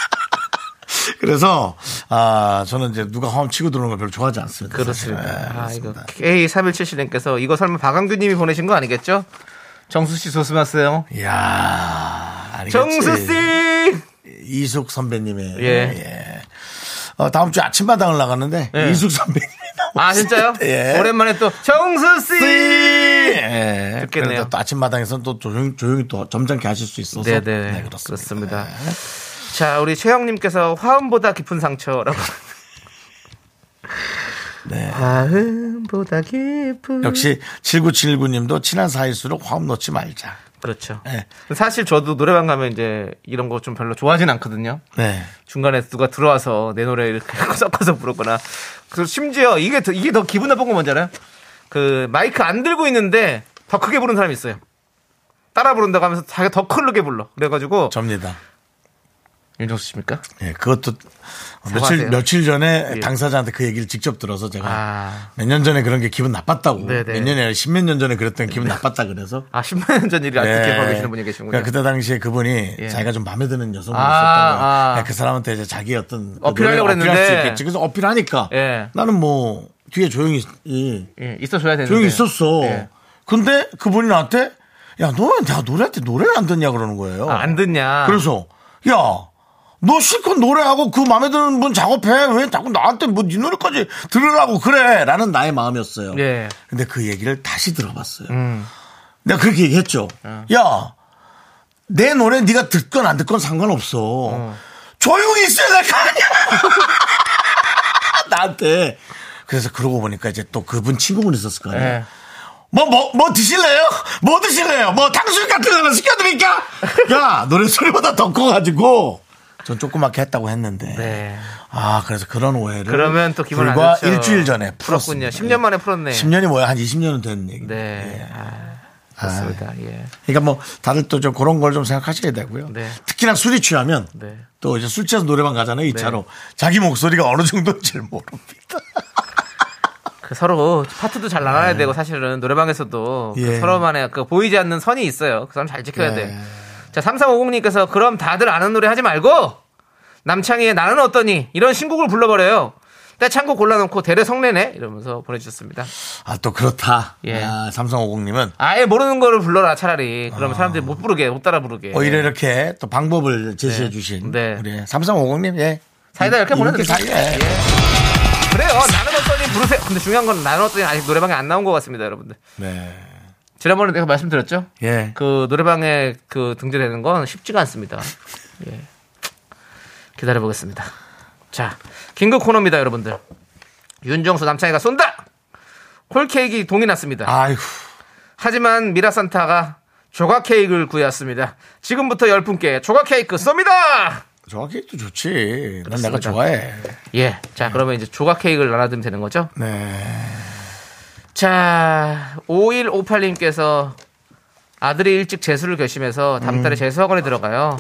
[laughs] 그래서 아 저는 이제 누가 화음 치고 들어오는 걸 별로 좋아하지 않습니다.
그렇습니다.
사실은. 네,
아, 이거
그렇습니다.
K3177님께서 이거 설마 박강규님이 보내신 거 아니겠죠? 정수 씨 조심하세요.
이야 아니겠지.
정수 씨.
이숙 선배님의
예.
예. 어, 다음 주 아침마당을 나가는데
예.
이숙 선배님
아 진짜요?
[laughs] 예.
오랜만에 또 정수 씨.
예.
듣겠네요.
그런데 또 아침 마당에서는 또 조용, 조용히 또 점잖게 하실 수 있어서
네네
네,
그렇습니다.
그렇습니다.
자 우리 최영님께서 화음보다 깊은 상처라고.
네.
화음보다 깊은
역시 7979님도 친한 사이일수록 화음 넣지 말자.
그렇죠.
예.
사실 저도 노래방 가면 이제 이런 거 좀 별로 좋아하진 않거든요.
네.
중간에 누가 들어와서 내 노래 이렇게 [laughs] 섞어서 부르거나. 그래서 심지어 이게 더, 이게 더 기분 나쁜 거 뭔지 알아요? 그 마이크 안 들고 있는데 더 크게 부르는 사람이 있어요. 따라 부른다고 하면서 자기가 더 크게 불러. 그래가지고.
접니다.
윤정수 씨입니까?
예, 그것도 며칠
사과하세요.
며칠 전에
예.
당사자한테 그 얘기를 직접 들어서 제가
아.
몇 년 전에 그런 게 기분 나빴다고
네네.
몇 년이 아니라 십몇 년 전에 그랬던 게 기분 나빴다 그래서
아, 10년 전 일이
예.
아쉽게 보고 계시는 분이 계신군요.
그러니까 그때 당시에 그분이
예.
자기가 좀 마음에 드는 여성분이
아,
있었던 거야.
아.
그 사람한테 이제 자기 어떤 그
어필하려고
노래를 어필할 수
그랬는데.
있겠지. 그래서 어필하니까
예.
나는 뭐 뒤에 조용히 이-
예, 있어줘야 되는데.
그 조용히 있었어.
예.
근데 그분이 나한테 야 너는 나 노래할 때 노래를 안 듣냐 그러는 거예요.
아, 안 듣냐.
그래서 야. 너 실컷 노래하고 그 마음에 드는 분 작업해. 왜 자꾸 나한테 뭐 네 노래까지 들으라고 그래. 라는 나의 마음이었어요.
예.
근데 그 얘기를 다시 들어봤어요.
음. 어.
내가 그렇게 얘기했죠. 야, 내 노래 네가 듣건 안 듣건 상관없어. 조용히 있어야 될 거 아니야. [laughs] 나한테. 그래서 그러고 보니까 이제 또 그분 친구분 있었을 거 아니야.
예.
뭐, 뭐, 뭐 드실래요? 뭐 드실래요? 뭐 탕수육 같은 거 하나 시켜드릴까? 야, 노래 소리보다 더 커가지고. 전 조그맣게 했다고 했는데.
네.
아, 그래서 그런 오해를.
그러면 또 기분 안
불과
좋죠.
일주일 전에 풀었군요.
풀었군요. 10년 만에 풀었네.
10년이 뭐야? 한 20년은 된 얘기.
네. 아, 그렇습니다. 예.
그러니까 뭐 다들 또 좀 그런 걸 좀 생각하셔야 되고요.
네.
특히나 술이 취하면
네.
또 이제 술 취해서 노래방 가잖아요. 이차로 자기 목소리가 어느 정도인지 모릅니다.
그 서로 파트도 잘 나눠야 되고 사실은 노래방에서도 그
예.
서로만의 그 보이지 않는 선이 있어요. 그 사람 잘 지켜야
예.
돼. 자, 3350님께서 그럼 다들 아는 노래 하지 말고 남창희의 나는 어떠니 이런 신곡을 불러버려요. 때 창고 골라놓고 대래 성내네 이러면서 보내주셨습니다.
아, 또 그렇다.
예.
아, 삼성오공님은
아예 모르는 거를 불러라 차라리. 그러면 사람들이 못 부르게 못 따라 부르게.
오히려 아. 어, 이렇게 또 방법을 제시해
예. 네.
주신
네.
우리 삼성오공님, 예.
사이다 예. 이렇게 보내드릴게요.
사이에.
그래요. 나는 어떠니 부르세요. 근데 중요한 건 나는 어떠니 아직 노래방에 안 나온 것 같습니다, 여러분들.
네.
지난번에 내가 말씀드렸죠?
예.
그 노래방에 그 등재되는 건 쉽지가 않습니다. 예. 기다려보겠습니다. 자, 긴급 코너입니다, 여러분들. 윤정수 남창희가 쏜다! 콜케이크 동이 났습니다.
아이고.
하지만 미라산타가 조각 케이크를 구해왔습니다. 지금부터 열 분께 조각 케이크 쏩니다!
정확히 또 좋지. 난
그렇습니다.
내가 좋아해.
예. 자, 그러면 이제 조각 케이크를 나눠드리면 되는 거죠?
네.
자, 5158님께서 아들이 일찍 재수를 결심해서 다음 달에 재수학원에 들어가요.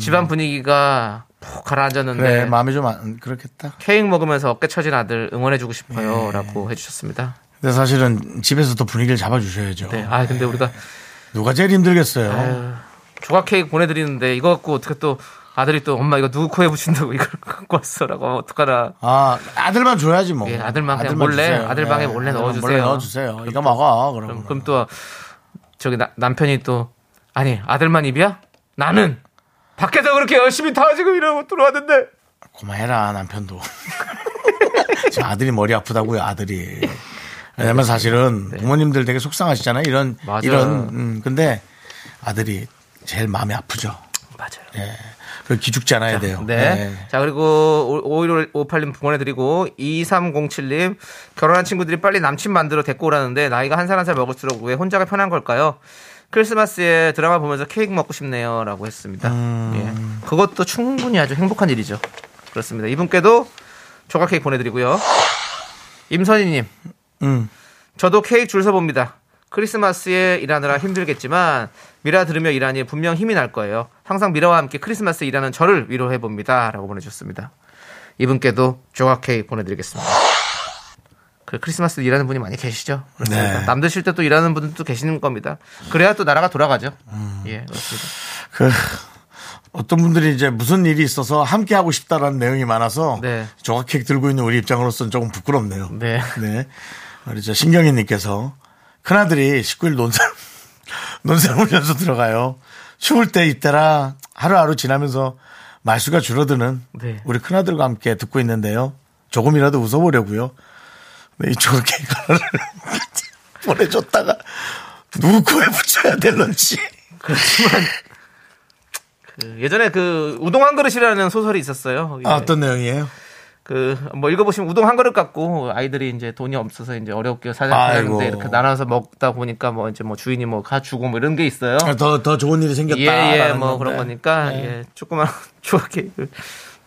집안 분위기가 푹 가라앉았는데
그래, 네, 마음이 좀 안, 그렇겠다.
케이크 먹으면서 어깨 처진 아들 응원해주고 싶어요라고 해주셨습니다.
근데 사실은 집에서 또 분위기를 잡아주셔야죠.
네, 아 근데 우리가
누가 제일 힘들겠어요?
조각 케이크 보내드리는데 이거 갖고 어떻게 또 아들이 또 엄마 이거 누구 코에 붙인다고 이걸 [laughs] 갖고 왔어라고 하면 어떡하나.
아, 아들만 줘야지 뭐. 네.
예, 아들만 그냥 몰래, 아들 방에 몰래
아들만
넣어주세요.
몰래 넣어주세요. 이거 먹어.
그럼,
그럼.
그럼 또 저기 나- 남편이 또 아니 아들만 입이야? 나는 밖에서 그렇게 열심히 다 지금 이러고 들어왔는데
고마해라 남편도. [laughs] 지금 아들이 머리 아프다고요 아들이. 왜냐면 사실은 부모님들 되게 속상하시잖아요. 이런
네. 맞아요.
이런 음, 근데 아들이 제일 마음이 아프죠.
맞아요.
예. 그 기죽지 않아야 돼요.
네.
예.
자, 그리고 5158님 보내드리고, 2307님, 결혼한 친구들이 빨리 남친 만들어 데리고 오라는데, 나이가 한 살 한 살 먹을수록 왜 혼자가 편한 걸까요? 크리스마스에 드라마 보면서 케이크 먹고 싶네요. 라고 했습니다. 예. 그것도 충분히 아주 행복한 일이죠. 그렇습니다. 이분께도 조각 케이크 보내드리고요. 임선희님,
음.
저도 케이크 줄 서봅니다. 크리스마스에 일하느라 힘들겠지만 미라 들으며 일하니 분명 힘이 날 거예요. 항상 미라와 함께 크리스마스 일하는 저를 위로해 봅니다.라고 보내주셨습니다. 이분께도 조각 케이크 보내드리겠습니다. 그 크리스마스 일하는 분이 많이 계시죠. 그렇습니다.
네.
남들 쉴 때 또 일하는 분들도 계시는 겁니다. 그래야 또 나라가 돌아가죠.
음.
예, 그렇습니다.
그 어떤 분들이 이제 무슨 일이 있어서 함께 하고 싶다라는 내용이 많아서
네.
조각 케이크 들고 있는 우리 입장으로서는 조금 부끄럽네요.
네.
네. 우리 저 신경희님께서 큰아들이 19일 논산, [laughs] 논산 훈련소 들어가요. 추울 때 이때라 하루하루 지나면서 말수가 줄어드는
네.
우리 큰아들과 함께 듣고 있는데요. 조금이라도 웃어보려고요. 네, 이쪽으로 케이크를 [laughs] 보내줬다가 누구 코에 붙여야 될런지.
그렇지만 그 예전에 그 우동 한 그릇이라는 소설이 있었어요.
아,
예.
어떤 내용이에요?
그 뭐 읽어보시면 우동 한 그릇 갖고 아이들이 이제 돈이 없어서 이제 어렵게 사장하는데
아이고.
이렇게 나눠서 먹다 보니까 뭐 이제 뭐 주인이 뭐 가주고 뭐 이런 게 있어요.
더, 더 좋은 일이 생겼다. 네.
예예 뭐 그런 거니까 예 조그만 [laughs] 조각 케이크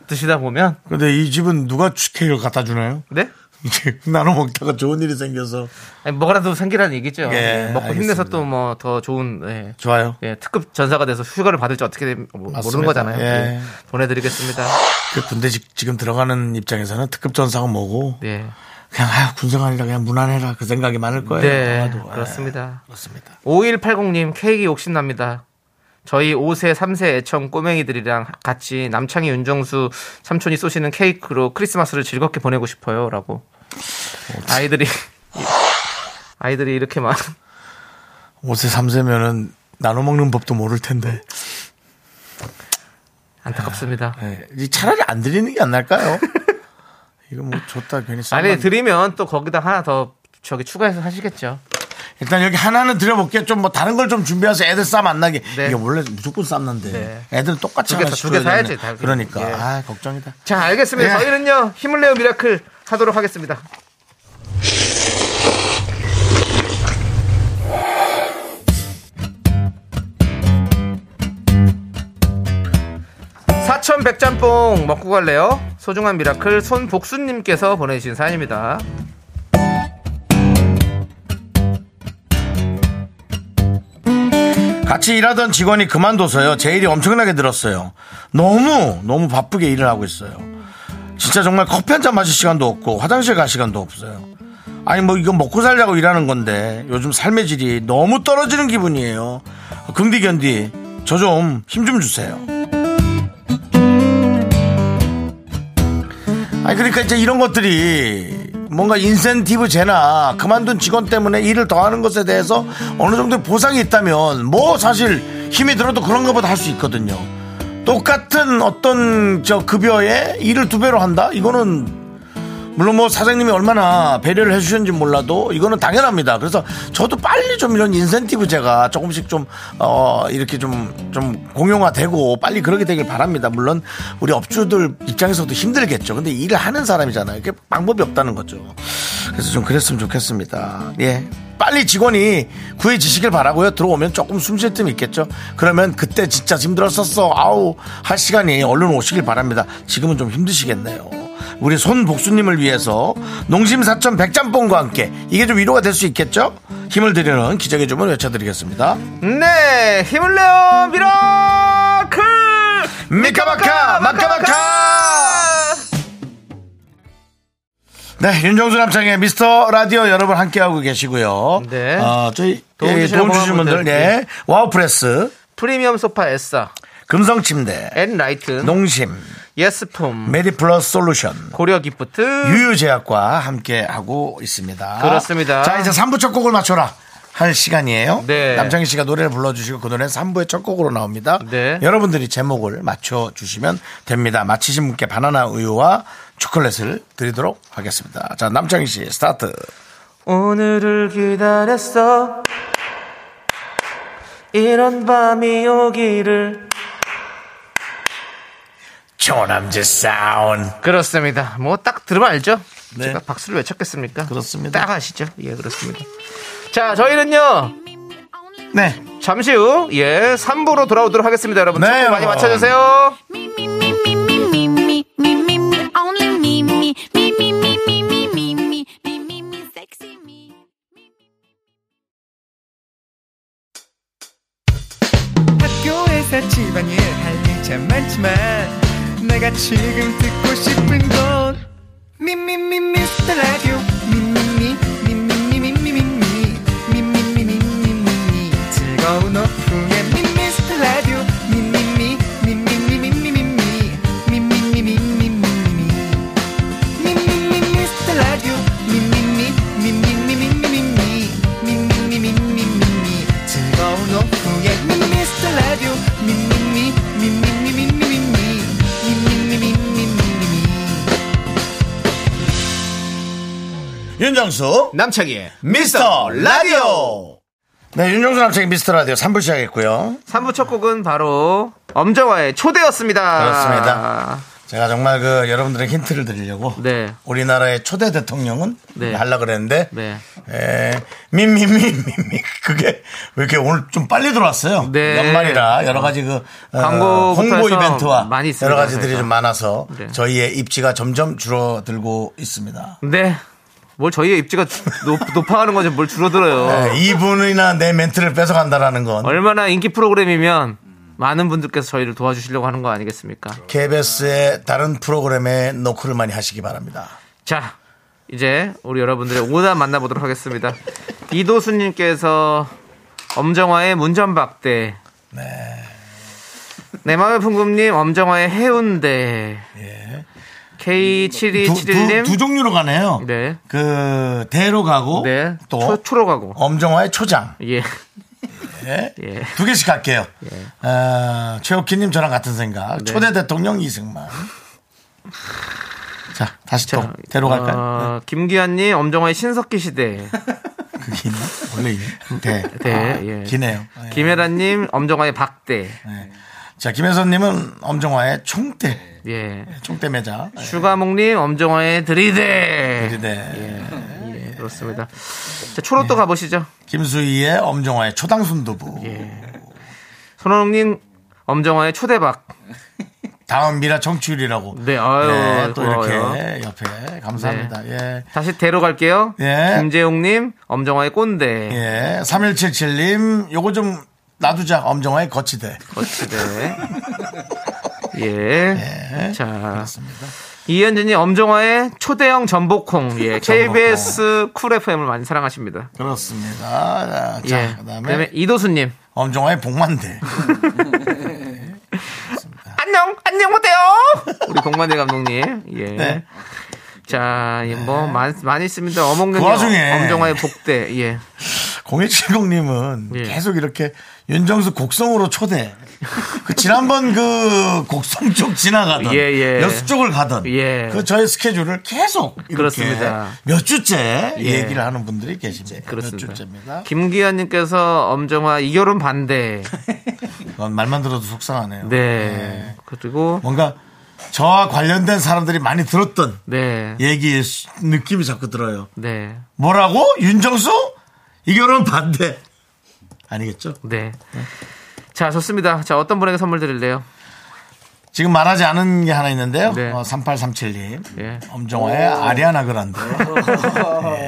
드시다 보면
근데 이 집은 누가 케이크를 갖다 주나요? [laughs]
네
이제 나눠 먹다가 좋은 일이 생겨서.
아니, 뭐라도 생기라는 얘기죠.
예,
예, 먹고
알겠습니다.
힘내서 또 뭐 더 좋은 예.
좋아요.
예, 특급 전사가 돼서 휴가를 받을지 어떻게 되, 뭐,
맞습니다.
모르는 거잖아요.
예.
예, 보내드리겠습니다.
그 군대직 지금 들어가는 입장에서는 특급 전사가 뭐고
네,
그냥 아 군생 아니라 그냥 무난해라 그 생각이 많을 거예요.
네,
아마도. 예,
그렇습니다.
그렇습니다.
5180님 케이크 욕심납니다. 저희 5세, 3세 애청 꼬맹이들이랑 같이 남창희, 윤정수 삼촌이 쏘시는 케이크로 크리스마스를 즐겁게 보내고 싶어요. 라고. 아이들이, [laughs] 아이들이 이렇게 막. [laughs]
5세 3세면은 나눠 먹는 법도 모를 텐데
안타깝습니다.
예, 이 차라리 안 드리는 게 안
[laughs]
날까요? 이거 뭐 좋다 괜히
아니,
쌀만-
드리면 또 거기다 하나 더 저기 추가해서 하시겠죠.
일단 여기 하나는 드려볼게요. 좀 뭐 다른 걸 좀 준비해서 애들 쌈 안 나게
네.
이게 원래 무조건 쌈 난데
네.
애들은 똑같이
두 개,
하나
두개
시켜야
사야지,
되는데.
다.
그러니까
예.
아 걱정이다.
자, 알겠습니다.
네.
저희는요, 힘을 내요 미라클 하도록 하겠습니다. 사천 백짬뽕 먹고 갈래요? 소중한 미라클 손복수님께서 보내주신 사연입니다.
같이 일하던 직원이 그만둬서요. 제 일이 엄청나게 늘었어요. 너무 너무 바쁘게 일을 하고 있어요. 진짜 정말 커피 한 잔 마실 시간도 없고 화장실 갈 시간도 없어요. 아니 뭐 이거 먹고 살자고 일하는 건데 요즘 삶의 질이 너무 떨어지는 기분이에요. 금디 견디 저 좀 힘 좀 주세요. 아니 그러니까 이제 이런 것들이 뭔가 인센티브 제나 그만둔 직원 때문에 일을 더 하는 것에 대해서 어느 정도 보상이 있다면 뭐 사실 힘이 들어도 그런 것보다 할 수 있거든요. 똑같은 어떤 저 급여에 일을 두 배로 한다? 이거는 물론 뭐 사장님이 얼마나 배려를 해주셨는지 몰라도 이거는 당연합니다. 그래서 저도 빨리 좀 이런 인센티브제가 조금씩 좀, 어, 이렇게 좀, 좀 공용화되고 빨리 그러게 되길 바랍니다. 물론 우리 업주들 입장에서도 힘들겠죠. 근데 일을 하는 사람이잖아요. 이게 방법이 없다는 거죠. 그래서 좀 그랬으면 좋겠습니다. 예. 빨리 직원이 구해지시길 바라고요. 들어오면 조금 숨 쉴 틈 있겠죠. 그러면 그때 진짜 힘들었었어. 아우 할 시간이 얼른 오시길 바랍니다. 지금은 좀 힘드시겠네요. 우리 손복수님을 위해서 농심 사천 백짬뽕과 함께 이게 좀 위로가 될 수 있겠죠? 힘을 드리는 기적의 주문 외쳐드리겠습니다.
네, 힘을 내요, 미라클!
미카마카 마카마카 네 윤정수 남창의 미스터 라디오 여러분 함께하고 계시고요
네.
어, 저희
도움
예,
주시는
도움 주시는
분들,
분들 예. 와우프레스
프리미엄 소파 S사,
금성침대
엔라이튼,
농심
예스폼,
메디플러스 솔루션
고려 기프트,
유유제약과 함께하고 있습니다
그렇습니다.
자 이제 3부 첫 곡을 맞춰라 할 시간이에요
네.
남창희 씨가 노래를 불러주시고 그 노래는 3부의 첫 곡으로 나옵니다
네.
여러분들이 제목을 맞춰주시면 됩니다. 맞히신 분께 바나나 우유와 초콜릿을 드리도록 하겠습니다. 자, 남창희 씨, 스타트.
오늘을 기다렸어. 이런 밤이 오기를.
조남지 사운.
그렇습니다. 뭐 딱 들으면 알죠?
네.
제가 박수를 왜 쳤겠습니까?
그렇습니다.
딱 아시죠? 예, 그렇습니다. 자, 저희는요.
네.
잠시 후, 예, 3부로 돌아오도록 하겠습니다, 여러분.
네,
네, 많이
여러분.
맞춰주세요.
Me, me, me, me, me, me, me, me, me, me, only me, me, me, me, me, me, me, me, me, me, me, me, sexy me.
학교에서 집안일 할 일 참 많지만 내가 지금 듣고 싶은 건 미미미 미스터 라디오 미미미 미미미 미미미 미미미 미미미 즐거운 오후에 미스터 라디오 미미미 미미미 미미미 미미미 미미미
윤정수.
남창희의
미스터 라디오. 네, 윤정수 남창희 미스터 라디오 3부 시작했고요.
3부 첫 곡은 바로 엄정화의 초대였습니다.
그렇습니다. 제가 정말 그 여러분들의 힌트를 드리려고.
네.
우리나라의 초대 대통령은
네.
하려고 그랬는데.
네.
에, 민민민민민 그게 왜 이렇게 오늘 좀 빨리 들어왔어요?
네.
연말이라 여러 가지 그 어,
광고부터
홍보
해서
이벤트와
많이 있습니다.
여러 가지들이 좀 많아서
네.
저희의 입지가 점점 줄어들고 있습니다.
네. 뭘 저희의 입지가 높, 높아가는 건지 뭘 줄어들어요.
네, 이분이나 내 멘트를 뺏어간다라는 건
음. 얼마나 인기 프로그램이면 많은 분들께서 저희를 도와주시려고 하는 거 아니겠습니까?
그렇죠. KBS의 다른 프로그램에 노크를 많이 하시기 바랍니다.
자, 이제 우리 여러분들의 오답
[laughs]
만나보도록 하겠습니다. 이도수님께서 엄정화의 문전박대.
네.
내 마음의 풍금님, 엄정화의 해운대.
두, 두,
K7271님.
예. 두 종류로 가네요.
네.
그 대로 가고
네.
또 어?
초, 초로 가고.
엄정화의 초장.
예.
예.
예.
두 개씩 갈게요. 아, 최옥희님 저랑 같은
네.
생각. 초대 대통령 이승만. 자, 다시 또 대로 갈까요? 네.
어, 김기환님, 엄정화의 신석기 시대.
그게 있나? 원래 있네. 대.
어. 네,
아,
예.
기네요. 예.
김혜란님, 엄정화의 박대.
자, 김혜선님은 엄정화의 총대.
예.
총대 매자. 예.
슈가몽님, 엄정화의 들이대.
네.
예, 그렇습니다. 자, 초로
예.
또 가보시죠.
김수희의 엄정화의 초당 순두부.
예. 손원웅님 엄정화의 초대박.
다음 미라 청취율이라고.
네, 아유,
예, 또
고마워요. 네.
이렇게 옆에 감사합니다. 예.
다시 대로 갈게요.
예.
김재용님 엄정화의 꼰대.
예. 3177님, 요거 좀 놔두자. 엄정화의 [laughs] 거치대.
거치대. 예. 자,
그렇습니다.
이현진이 엄정화의 초대형 전복콩. 예, KBS 쿨 FM을 많이 사랑하십니다.
그렇습니다. 자,
예.
그다음에,
그다음에 이도수님.
엄정화의 복만대.
안녕, 안녕 못해요. [laughs] 우리 공만대 감독님. 예.
네.
자, 예, 뭐 많, 많이 있습니다. 어몽룡,
그 와중에.
엄정화의 복대. 예.
0170님은
예.
계속 이렇게 윤정수 곡성으로 초대. 그 지난번 그 곡성 쪽 지나가던
예, 예.
여수 쪽을 가던
예.
그 저의 스케줄을 계속 이렇게
그렇습니다.
몇 주째
예.
얘기를 하는 분들이 계십니다.
그렇습니다.
몇 주째입니다.
김기현님께서 엄정화 이결혼 반대.
그건 말만 들어도 속상하네요. 예.
네. 그리고
뭔가 저와 관련된 사람들이 많이 들었던
네.
얘기의 수- 느낌이 자꾸 들어요.
네.
뭐라고? 윤정수? 이 결혼 반대. 아니겠죠?
네. 자, 좋습니다. 자, 어떤 분에게 선물 드릴래요?
지금 말하지 않은 게 하나 있는데요.
네.
어, 3837님.
예.
엄정화의 아리아나 그란데.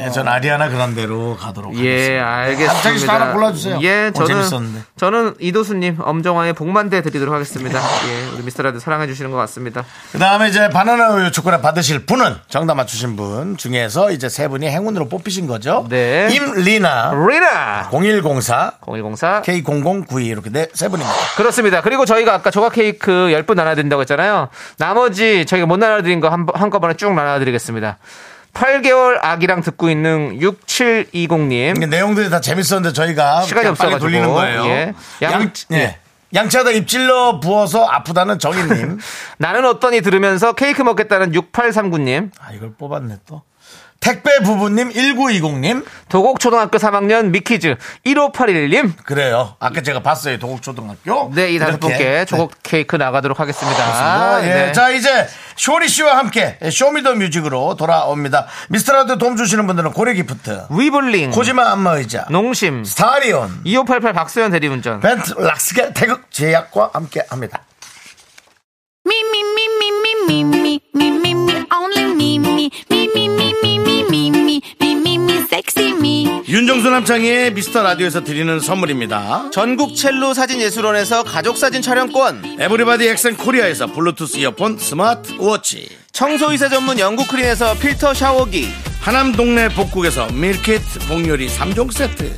예, 전 아리아나 그란데로 가도록
예,
하겠습니다.
알겠습니다.
갑자기 또 하나 골라주세요.
예,
어, 재밌었는데.
저는 저는 이도수님 엄정화의 복만대 드리도록 하겠습니다. 예, 우리 미스터라드 사랑해 주시는 것 같습니다.
그 다음에 이제 바나나 우유 초콜릿 받으실 분은 정답 맞추신 분 중에서 이제 세 분이 행운으로 뽑히신 거죠.
네.
임리나,
리나
0104,
0104
K0092 이렇게 네, 세 분입니다.
그렇습니다. 그리고 저희가 아까 조각 케이크 10분 나눠드린다고 했잖아요. 나머지 저희가 못 나눠드린 거 한, 한꺼번에 쭉 나눠드리겠습니다. 8개월 아기랑 듣고 있는 6720님.
이게 내용들이 다 재밌었는데 저희가
시간이
그냥 빨리
없어가지고.
돌리는 거예요.
예. 양-
양, 예.
예.
양치하다 입질러 부어서 아프다는
[laughs]
정인님.
나는 어떠니 들으면서 케이크 먹겠다는 6839님.
아, 이걸 뽑았네 또. 택배 부부님 1920님.
도곡초등학교 3학년 미키즈 1581님.
그래요. 아까 제가 봤어요. 도곡초등학교.
네, 이 다섯
이렇게.
분께 조각 케이크 나가도록 하겠습니다.
아, 예.
네.
자, 이제 쇼리 씨와 함께 쇼미더 뮤직으로 돌아옵니다. 미스터라드 도움 주시는 분들은 고래 기프트,
음. 위블링.
코지마 안마의자,
농심.
스타리온,
2588 박소연 대리운전.
벤트 락스겔 태극 제약과 함께 합니다.
Me, me, me, me, me, me, me, me, me, me, only me, me, me, me, me, me, me, me, me, me, me, me, sexy me.
윤정수 남창희의 미스터 라디오에서 드리는 선물입니다.
전국 첼로 사진 예술원에서 가족사진 촬영권.
에브리바디 엑센 코리아에서 블루투스 이어폰 스마트 워치
청소이사 전문 영국크린에서 필터 샤워기
하남 동네 복국에서 밀키트 복요리 3종 세트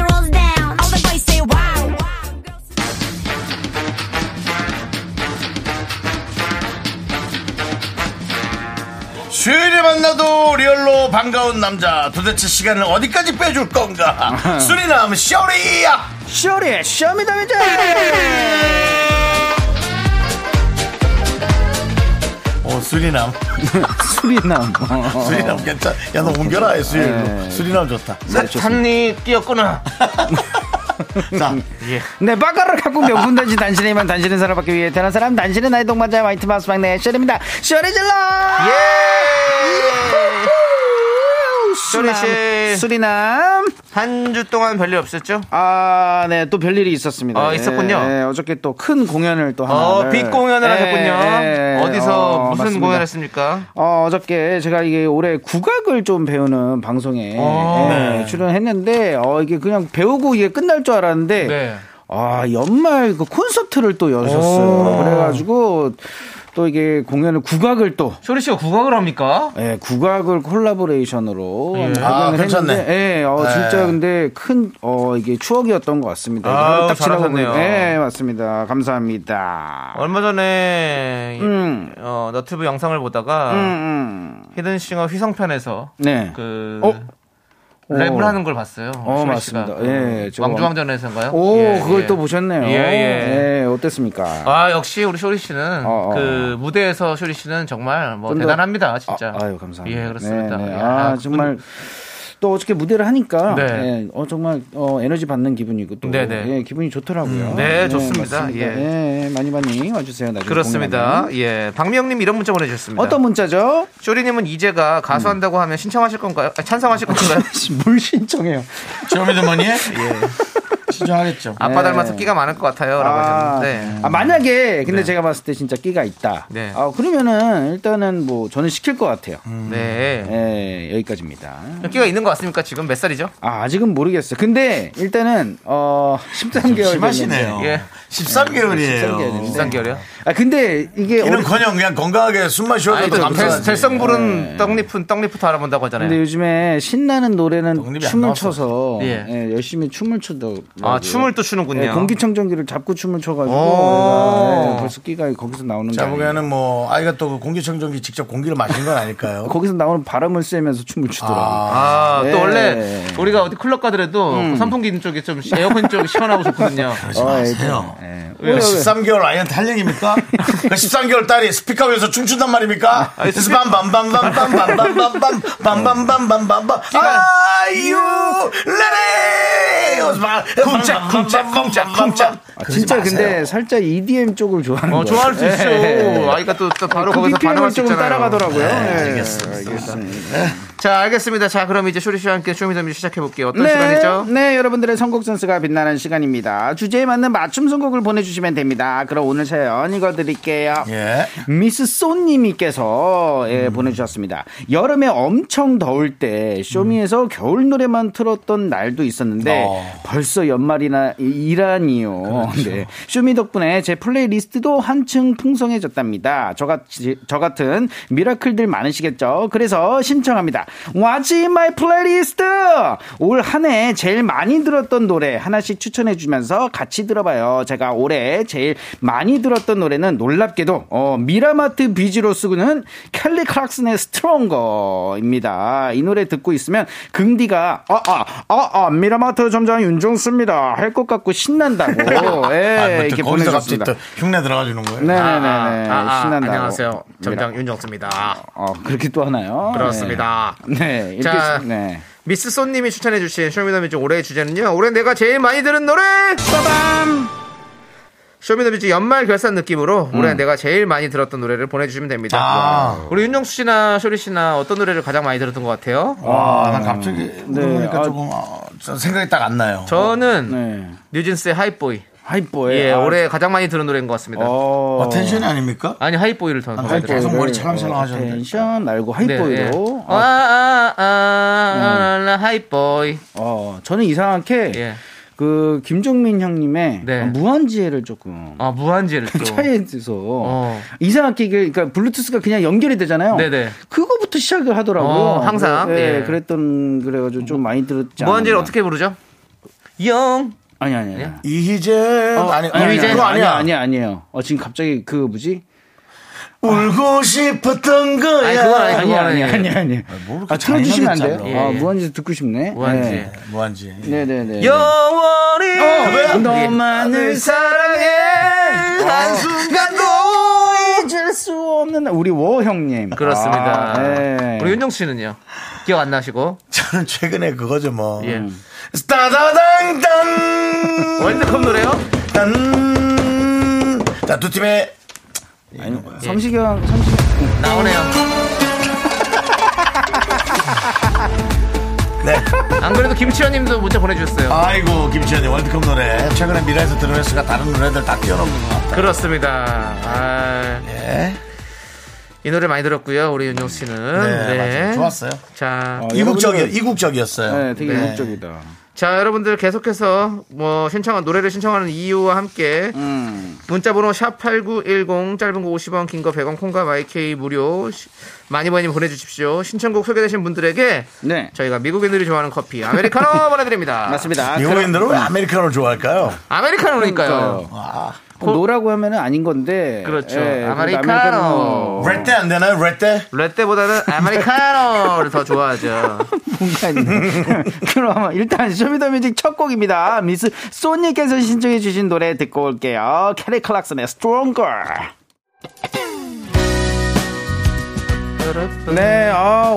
rolls down. All the boys say wow.
수요일에 만나도 리얼로 반가운 남자 도대체 시간을 어디까지 빼줄 건가 수리남 쇼리야
쇼리 쇼미더미저
어 수리남
수리남.
[laughs] 수리남 괜찮 야너 옮겨라 수리남 수리남 좋다
네, 산니 뛰었구나
자
네, 바가를 갖고 명분 단지 단신이만 단신의 사람 받기 위해 태어난 사람 단신의 나의 동반자 화이트 마우스 막내 셔리입니다. 셔리 질러!
예 쇼리
수리남,
씨한 주
수리남.
동안 별일 없었죠?
아, 네, 또 별일이 있었습니다.
아, 있었군요.
예, 예, 어저께 또 큰 공연을 또 하나.
어, 빅 공연을 하셨군요. 예. 어디서 무슨 공연을
했습니까?
했습니까?
어, 어저께 제가 이게 올해 국악을 좀 배우는 방송에
어.
예, 출연했는데 어, 이게 그냥 배우고 이게 끝날 줄 알았는데
네.
아 연말 그 콘서트를 또
오.
여셨어요. 그래가지고 또 이게 공연을 국악을 또
쇼리 씨가 국악을 합니까?
예, 국악을 콜라보레이션으로
예.
공연을
아, 괜찮네.
했는데, 예, 어,
네.
진짜 근데 큰 어, 이게 추억이었던 것 같습니다.
아우,
하루 딱 지나고
잘하셨네요.
보니까- 예, 맞습니다. 감사합니다.
얼마 전에 이-
음.
어, 너튜브 영상을 보다가
음, 음.
히든싱어 휘성편에서
네.
그
어?
랩을
오.
하는 걸 봤어요.
어,
쇼리 씨가.
맞습니다.
그
예, 저
왕중왕전에서인가요?
오,
예,
그걸
예.
또 보셨네요.
예, 예.
예, 어땠습니까?
아 역시 우리 쇼리 씨는
어, 어.
그 무대에서 쇼리 씨는 정말 뭐
좀 더-
대단합니다 진짜.
아, 유 감사합니다.
예 그렇습니다.
네, 네.
야,
아,
그분-
정말 또 어저께 무대를 하니까
네.
예, 어, 정말 어, 에너지 받는 기분이고 또
네, 네.
예, 기분이 좋더라고요.
음, 네, 좋습니다.
맞습니다.
예.
예, 많이 많이 와주세요. 나중에
그렇습니다. 네.
공연하면.
예. 박미영님 이런 문자 보내주셨습니다.
어떤 문자죠? [laughs]
쇼리님은 이제가 가수 한다고 하면 신청하실 건가요? 아, 찬성하실
[laughs]
건가요?
물 신청해요.
쇼미더머니? 예. 시청하겠죠.
아빠 닮아서 끼가 많을 것 같아요라고 하셨는데
아, 만약에 근데
네.
제가 봤을 때 진짜 끼가 있다.
네.
아, 그러면은 일단은 뭐 저는 시킬 것 같아요.
네
예, 여기까지입니다.
끼가 있는 것 같습니까? 지금 몇 살이죠?
아, 아직은 모르겠어요. 근데 일단은 어 [laughs] 13개월
심하시네요.
예.
13개월이에요.
13개월인데.
비싼 결이요?
아, 근데 이게 어리-
이는커녕 그냥 건강하게 숨만 쉬어도
아니 또 될-
감사하지.
될성부른 떡잎은 떡잎부터 알아본다고 하잖아요.
네. 근데 요즘에 신나는 노래는
독립이 안
춤을
나왔어.
춰서
예.
예, 열심히 춤을 추더라고요.
아 춤을 또
예,
추는군요.
공기청정기를 잡고 춤을 춰가지고
오.
얘가, 예, 벌써 끼가 거기서 나오는 게
제가
아니에요.
보기에는 뭐 아이가 또그 공기청정기 직접 공기를 마신 건 아닐까요?
거기서 나오는 바람을 쐬면서 춤을 추더라고요.
아,
아 또
예.
원래 우리가 어디 클럽 가더라도
음.
그 선풍기 있는 쪽이 좀 시- 에어컨 쪽이 시원하고 좋거든요.
[laughs] 그러지 마세요.
예.
아, 왜 13개월 아이한테 할 얘기입니까? 그 13개월 딸이 스피커 위에서 춤춘단 말입니까? 빰빰빰빰빰빰빰빰빰빰빰빰빰빰빰빰 아유 레레 쿵짝 쿵짝 쿵짝 쿵짝
아, 진짜 근데 살짝 EDM 쪽을 좋아하는
어
거예요.
좋아할 수 있어.
예.
아이가 또, 또 바로
그
거기서 반응할
BPM을
수
조금
있잖아요. 네,
따라가더라고요. 예,
자 알겠습니다. 자 그럼 이제 쇼리 씨와 함께 쇼미더뮤직 시작해 볼게요. 어떤
네,
시간이죠?
네, 여러분들의 선곡 센스가 빛나는 시간입니다. 주제에 맞는 맞춤 선곡을 보내주시면 됩니다. 그럼 오늘 사연 읽어드릴게요.
예.
미스 쏘님이께서 예, 보내주셨습니다. 여름에 엄청 더울 때 쇼미에서 겨울 노래만 틀었던 날도 있었는데
어.
벌써 연말이나 이- 이라니요. 네. 쇼미 덕분에 제 플레이리스트도 한층 풍성해졌답니다. 저같이 저 같은 미라클들 많으시겠죠. 그래서 신청합니다. 와지 마이 플레이리스트 올 한 해 제일 많이 들었던 노래 하나씩 추천해 주면서 같이 들어봐요. 제가 올해 제일 많이 들었던 노래는 놀랍게도 어, 미라마트 비지로 쓰고는 켈리 클락슨의 스트롱거입니다. 이 노래 듣고 있으면 긍디가 어, 아아아아 미라마트 점장 윤종수입니다 할 것 같고 신난다고 예,
아, 뭐또
이렇게
거기서 갑자기
보내줬습니다.
또 흉내 들어가 주는 거예요?
네네네
아,
네. 신난다.
안녕하세요. 점장 윤정수입니다.
어 그렇게 또 하나요?
그렇습니다.
네, 네 이렇게
자.
네.
미스 쏜님이 추천해주신 쇼미더뮤직 올해의 주제는요. 올해 내가 제일 많이 들은 노래. 빠밤. 쇼미더뮤직 연말 결산 느낌으로
음.
올해 내가 제일 많이 들었던 노래를 보내주시면 됩니다.
아.
우리 윤정수 씨나 쇼리 씨나 어떤 노래를 가장 많이 들었던 것 같아요?
어.
와, 난 갑자기 물어보니까
아.
조금 어, 저 생각이 딱 안 나요.
저는
네.
뉴진스의 하이보이.
하이보이.
예,
아,
올해 가장 많이 들은 노래인 것 같습니다.
어. 네,
어, 텐션이 아닙니까?
아니 하이보이를 더 많이 들었어요.
계속 머리 찰랑찰랑 하셨는데.
어, 텐션 말고
네, 예.
하이보이로. 어. 음.
아, 아, 아, 아, 아, 하이보이.
어, 저는 이상하게
예.
그 김종민 형님의
네.
무한지혜를 조금
아, 무한지를 또.
[laughs] 차에서
어.
이상하게 이게 그러니까 블루투스가 그냥 연결이 되잖아요.
네네.
그거부터 시작을 하더라고요.
어, 항상.
예,
예.
그랬던 그래가지고 좀 많이 들었지.
무한지를
않았나.
어떻게 부르죠? 영.
아니 아니 아니.
이희재 아니 아니
어, 이휘재?
그거 아니야.
아니 아니에요. 어, 지금 갑자기 그 뭐지?
울고 싶었던 거야.
아니, 그건 아니-
아니 아니
그거는
아니 아니.
뭐 그렇게
아 틀어주시면 안
잔인하게
돼요?
잘라.
아
예, 예.
무한지 듣고 싶네.
무한지. 어,
예.
뭐한지.
네네네.
영원히 예.
너만을
어.
사랑해 한순간도
잊을 수 없는 날. 우리 워 형님.
그렇습니다
아, 네.
우리 윤정 씨는요 기억 안 나시고
저는 최근에 그거죠 뭐.
예.
스타다당당.
월드컵 노래요
딴. 자두 팀의 예.
성시경 성시경
나오네요
네.
안 그래도 김치현님도 문자 보내주셨어요
아이고 김치현님 월드컵 노래 최근에 미라에서 들은 횟수가 다른 노래들 다 뛰어넘는 것 같아요.
그렇습니다 아,
예.
이 노래 많이 들었고요 우리 윤정 씨는
네, 맞아요. 좋았어요.
자,
이국적이요 이국적이었어요.
네, 되게
네.
이국적이다.
자 여러분들 계속해서 뭐 신청한 노래를 신청하는 이유와 함께 음. 문자번호 샵 #8910 짧은 거 50원, 긴 거 100원, 콩과 마이케이 무료 시- 많이 많이 보내주십시오. 신청곡 소개되신 분들에게
네.
저희가 미국인들이 좋아하는 커피 아메리카노 [laughs] 보내드립니다.
맞습니다.
미국인들은 왜 아메리카노를 좋아할까요?
아메리카노니까요.
그럼 노라고 하면은 아닌 건데.
그렇죠.
예,
아메리카노.
그래도
어.
아메리카노
레떼 안 되나요? 레떼?
라떼보다는 아메리카노를 더 좋아하죠.
뭔가 있네. [laughs] 그럼 일단 쇼미더뮤직 첫 곡입니다. 미스 소니께서 신청해주신 노래 듣고 올게요. 캐리 클락슨의 Stronger.
음,
네, 아,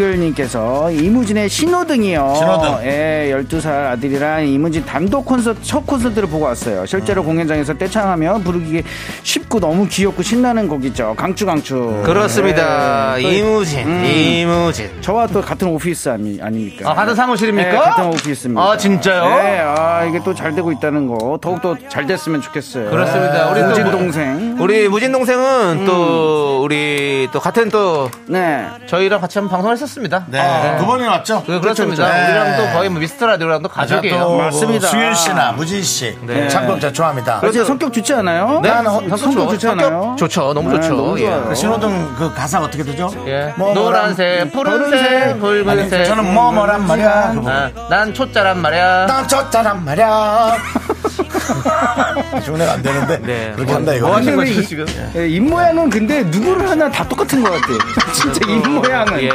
오한글님께서 이무진의 신호등이요.
신호등.
예, 12살 아들이랑 이무진 단독 콘서트, 첫 콘서트를 보고 왔어요. 실제로 공연장에서 떼창하며 부르기 쉽고 너무 귀엽고 신나는 곡이죠. 강추강추.
그렇습니다.
예, 또
이무진, 이무진.
저와 또 같은 오피스 아니, 아닙니까?
아, 같은 사무실입니까?
네, 같은 오피스입니다.
아, 진짜요?
네, 아, 이게 또 잘 되고 있다는 거. 더욱더 잘 됐으면 좋겠어요.
그렇습니다. 우리 또
우진
뭐-
동생.
우리 무진 동생은 또 우리 또 같은 또
네.
저희랑 같이 한번 방송했었습니다.
네. 두 번이 왔죠?
그, 그렇습니다.
그렇죠. 네.
우리랑 또 거의 뭐 미스터 라디오랑 또
아, 제가
가족이에요.
또
맞습니다.
수윤 씨나 무진 씨.
네. 그렇죠.
참고 저 좋아합니다.
아, 진짜 성격 좋지 않아요?
네,
나는
성격
성격
좋아요.
좋지
성격
않아요?
좋죠. 너무
네,
좋죠.
너무
예.
좋아요.
그 신호등 그 가사 어떻게 되죠?
예.
뭐, 뭐란-
노란색,
파란색,
푸른색,
아니,
붉은색. 음.
저는 뭐 뭐란 말이야. 그 부분.
아, 난 초짜란 말이야.
난 쳤다란
[laughs]
말이야. 중례가 안 되는데.
네.
그렇게 한다, 이거.
뭐 하시는
근데
거죠
이-
지금?
예, 입모양은 근데 누구를 하나 다 똑같은 것
[laughs]
같아요. [laughs] 진짜 입모양은
예.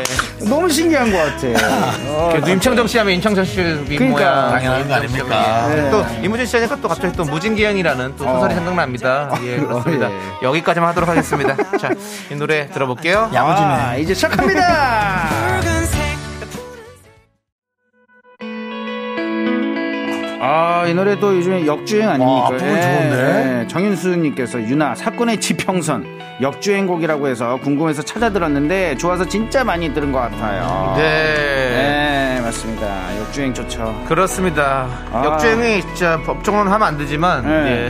너무 신기한 것 같아요.
[laughs]
어,
그 임창정 씨 하면 임창정 씨
그러니까.
모양.
당연한 거 아닙니까? 네.
예. 또 이무진 씨 하니까 또 갑자기 또 무진기행이라는 또
어.
소설이 생각납니다. 예, 그렇습니다.
어,
여기까지만
[laughs]
하도록 하겠습니다. 자, 이 노래 들어볼게요.
야무지네.
아, 이제 시작합니다. [laughs] 아, 이 노래 또 요즘에 역주행 아닙니까? 예.
아, 부분 좋은데?
정윤수님께서 유나 사건의 지평선 역주행곡이라고 해서 궁금해서 찾아 들었는데 좋아서 진짜 많이 들은 것 같아요.
네.
네, 맞습니다. 역주행 좋죠.
그렇습니다.
아.
역주행이 진짜 법적으로는 하면 안 되지만,
네.
예.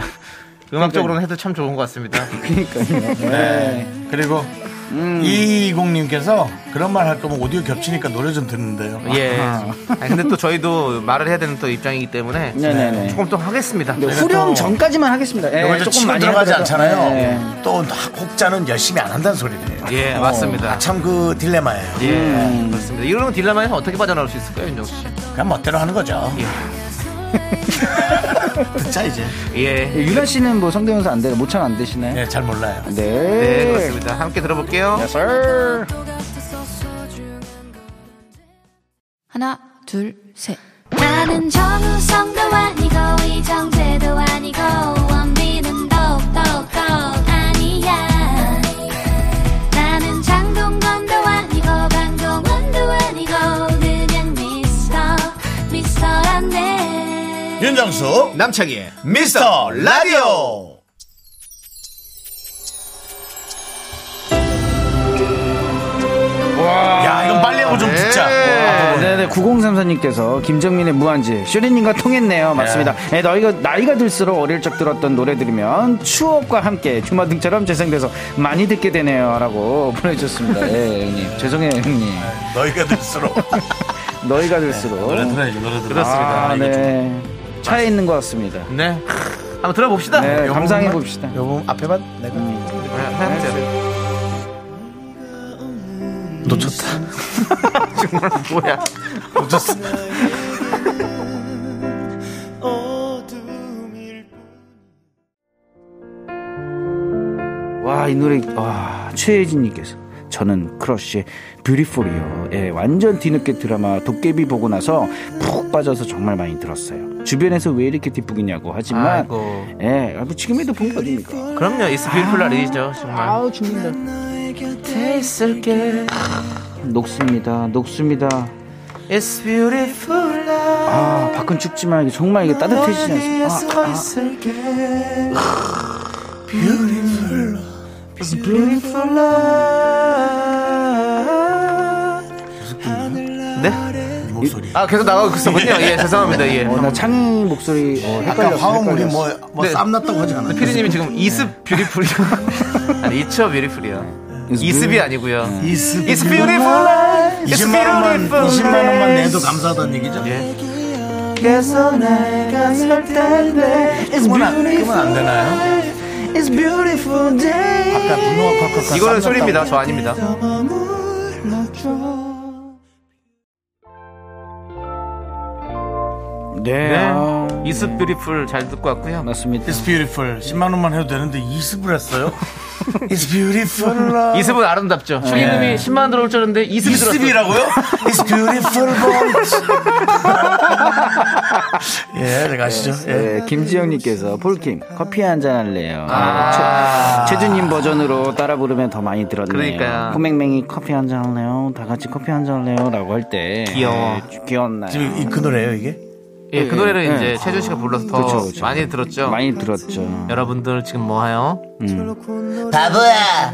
음악적으로는 해도 참 좋은 것 같습니다.
그러니까요.
[laughs] 네. 그리고
음.
2220님께서 그런 말 할 거면 오디오 겹치니까 노래 좀 듣는데요.
예. 아니, 근데 또 저희도 말을 해야 되는 또 입장이기 때문에
네네네.
조금 또 하겠습니다.
네, 후렴 전까지만 하겠습니다. 예,
이거 이제 치고 들어가지
하더라도.
않잖아요.
예.
또 혹자는 열심히 안 한다는 소리네요.
예, 맞습니다.
참 그 딜레마예요.
예, 그렇습니다. 이런 딜레마에서 어떻게 빠져나올 수 있을까요, 윤정 씨?
그냥 멋대로 하는 거죠. [laughs] 듣자 이제.
예.
예, 유나 씨는 뭐 성대모사 안 되나 모창 안 되시나요?
예, 잘 몰라요.
네.
네, 그렇습니다. 함께 들어볼게요.
Yes, sir.
하나, 둘, 셋. 나는 정우성도 아니고, 이정재도 아니고, 원빈은 더욱더 아니야. 나는 장동건도 아니고, 방종원도 아니고, 그냥 미스터, 미스터란데.
윤정수
남창희의
미스터 라디오. 야, 이건 빨리 하고 좀 듣자.
아,
뭐,
네네 9034님께서 김정민의 무한지 쇼리님과 통했네요 맞습니다 네, 너희가 나이가 들수록 어릴 적 들었던 노래 들으면 추억과 함께 주마등처럼 재생돼서 많이 듣게 되네요 라고 [laughs] 보내주셨습니다
네.
예 형님 죄송해요 형님
너희가 들수록
너희가 들수록
네. 노래 들어야지 노래 들어.
그렇습니다.
아, 네 차에 있는 것 같습니다
네. 한번 들어봅시다.
네
요-
감상해 봅시다
요번 앞에만 내가
네, 한 번째.
놓쳤다.
[laughs] 정말 뭐야.
놓쳤어.
와 이 노래 와 최혜진님께서 저는 크러쉬의 뷰티풀이요. 예, 완전 뒤늦게 드라마 도깨비 보고 나서 푹 빠져서 정말 많이 들었어요. 주변에서 왜 이렇게 뒷북이냐고 하지만
아이고.
예, 아, 뭐 지금에도 본거 아닙니까?
그럼요. 이스 뷰티풀 날이죠, 정말.
죽는다. 녹습니다, 녹습니다.
It's beautiful
아, 밖은 춥지만 이게 정말 이게 따뜻해지지 않습니까? 아, 아.
아. 네?
목소리.
아, 계속 나가고 있었군요. 예, 죄송합니다. 예.
어, 나 창희 목소리 어,
아까
헷갈렸어.
화음 우리
헷갈렸어.
뭐뭐
네.
쌈났다고 하지 않았나?
[laughs] 피디님이 지금 이스 뷰티풀이요. 아니, 이처 뷰티풀이요.
네. It's 네.
이습이 아니고요.
이스
It's beautiful. It's
20만 원만
beautiful.
20만 원만 내도 감사하다는 얘기죠.
예.
그래서 내가 설 텐데 It's
그건 안, 그건 안
beautiful,
되나요?
it's beautiful day
아까 분노가 콱콱콱 쌈났다고.
이거는 소리입니다. 저 아닙니다.
네. 아,
이스 뷰리풀 잘 듣고 왔고요.
맞습니다.
It's beautiful. 10만 원만 해도 되는데 20을
[laughs]
했어요. It's beautiful. love.
이습은 아름답죠. 축 이름이 10만 들어올 줄 알았는데 이습이
이스비라고요?
들어왔어요.
It's beautiful.
[laughs]
boys. 예, 네, 가시죠. 예.
네, 김지영님께서 폴킴 커피 한 잔 할래요. 최, 준님 버전으로 따라 부르면 더 많이 들었네요.
아. 그러니까요.
포맹맹이 커피 한 잔 할래요. 다 같이 커피 한 잔 할래요라고 할 때 네,
귀여워.
귀엽나요?
지금 이 그 노래예요, 이게?
예, 그 노래를
예.
이제 최준 씨가 불러서 더
그렇죠, 그렇죠.
많이 들었죠.
많이 들었죠. 음.
여러분들 지금 뭐해요?
바보야.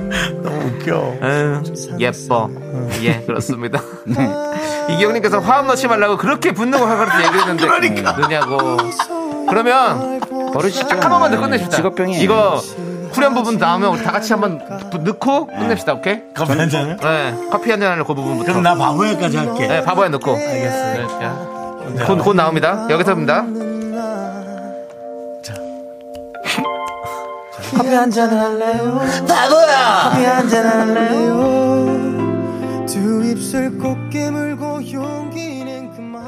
[laughs] 너무 웃겨.
음, 예뻐.
음.
예,
[laughs]
그렇습니다.
네.
[laughs] 이경님께서 화음 넣지 말라고 그렇게 분노가 가면서 얘기했는데
그러니까.
그러냐고. 그러면
버릇이죠.
한 번만 더 끝냅시다.
네, 직업병이에요.
이거 후렴 부분 다음에 우리 다 같이 한번 부- 넣고
음.
끝냅시다. 오케이?
커피 한 잔을?
네, 커피 한잔 하려고 그 부분부터.
그럼 나 바보야까지 할게.
네, 바보에 넣고. 알겠어요. 곧, 곧 나옵니다. 여기서입니다.
두 입술 꼭 깨물고 용기는 그만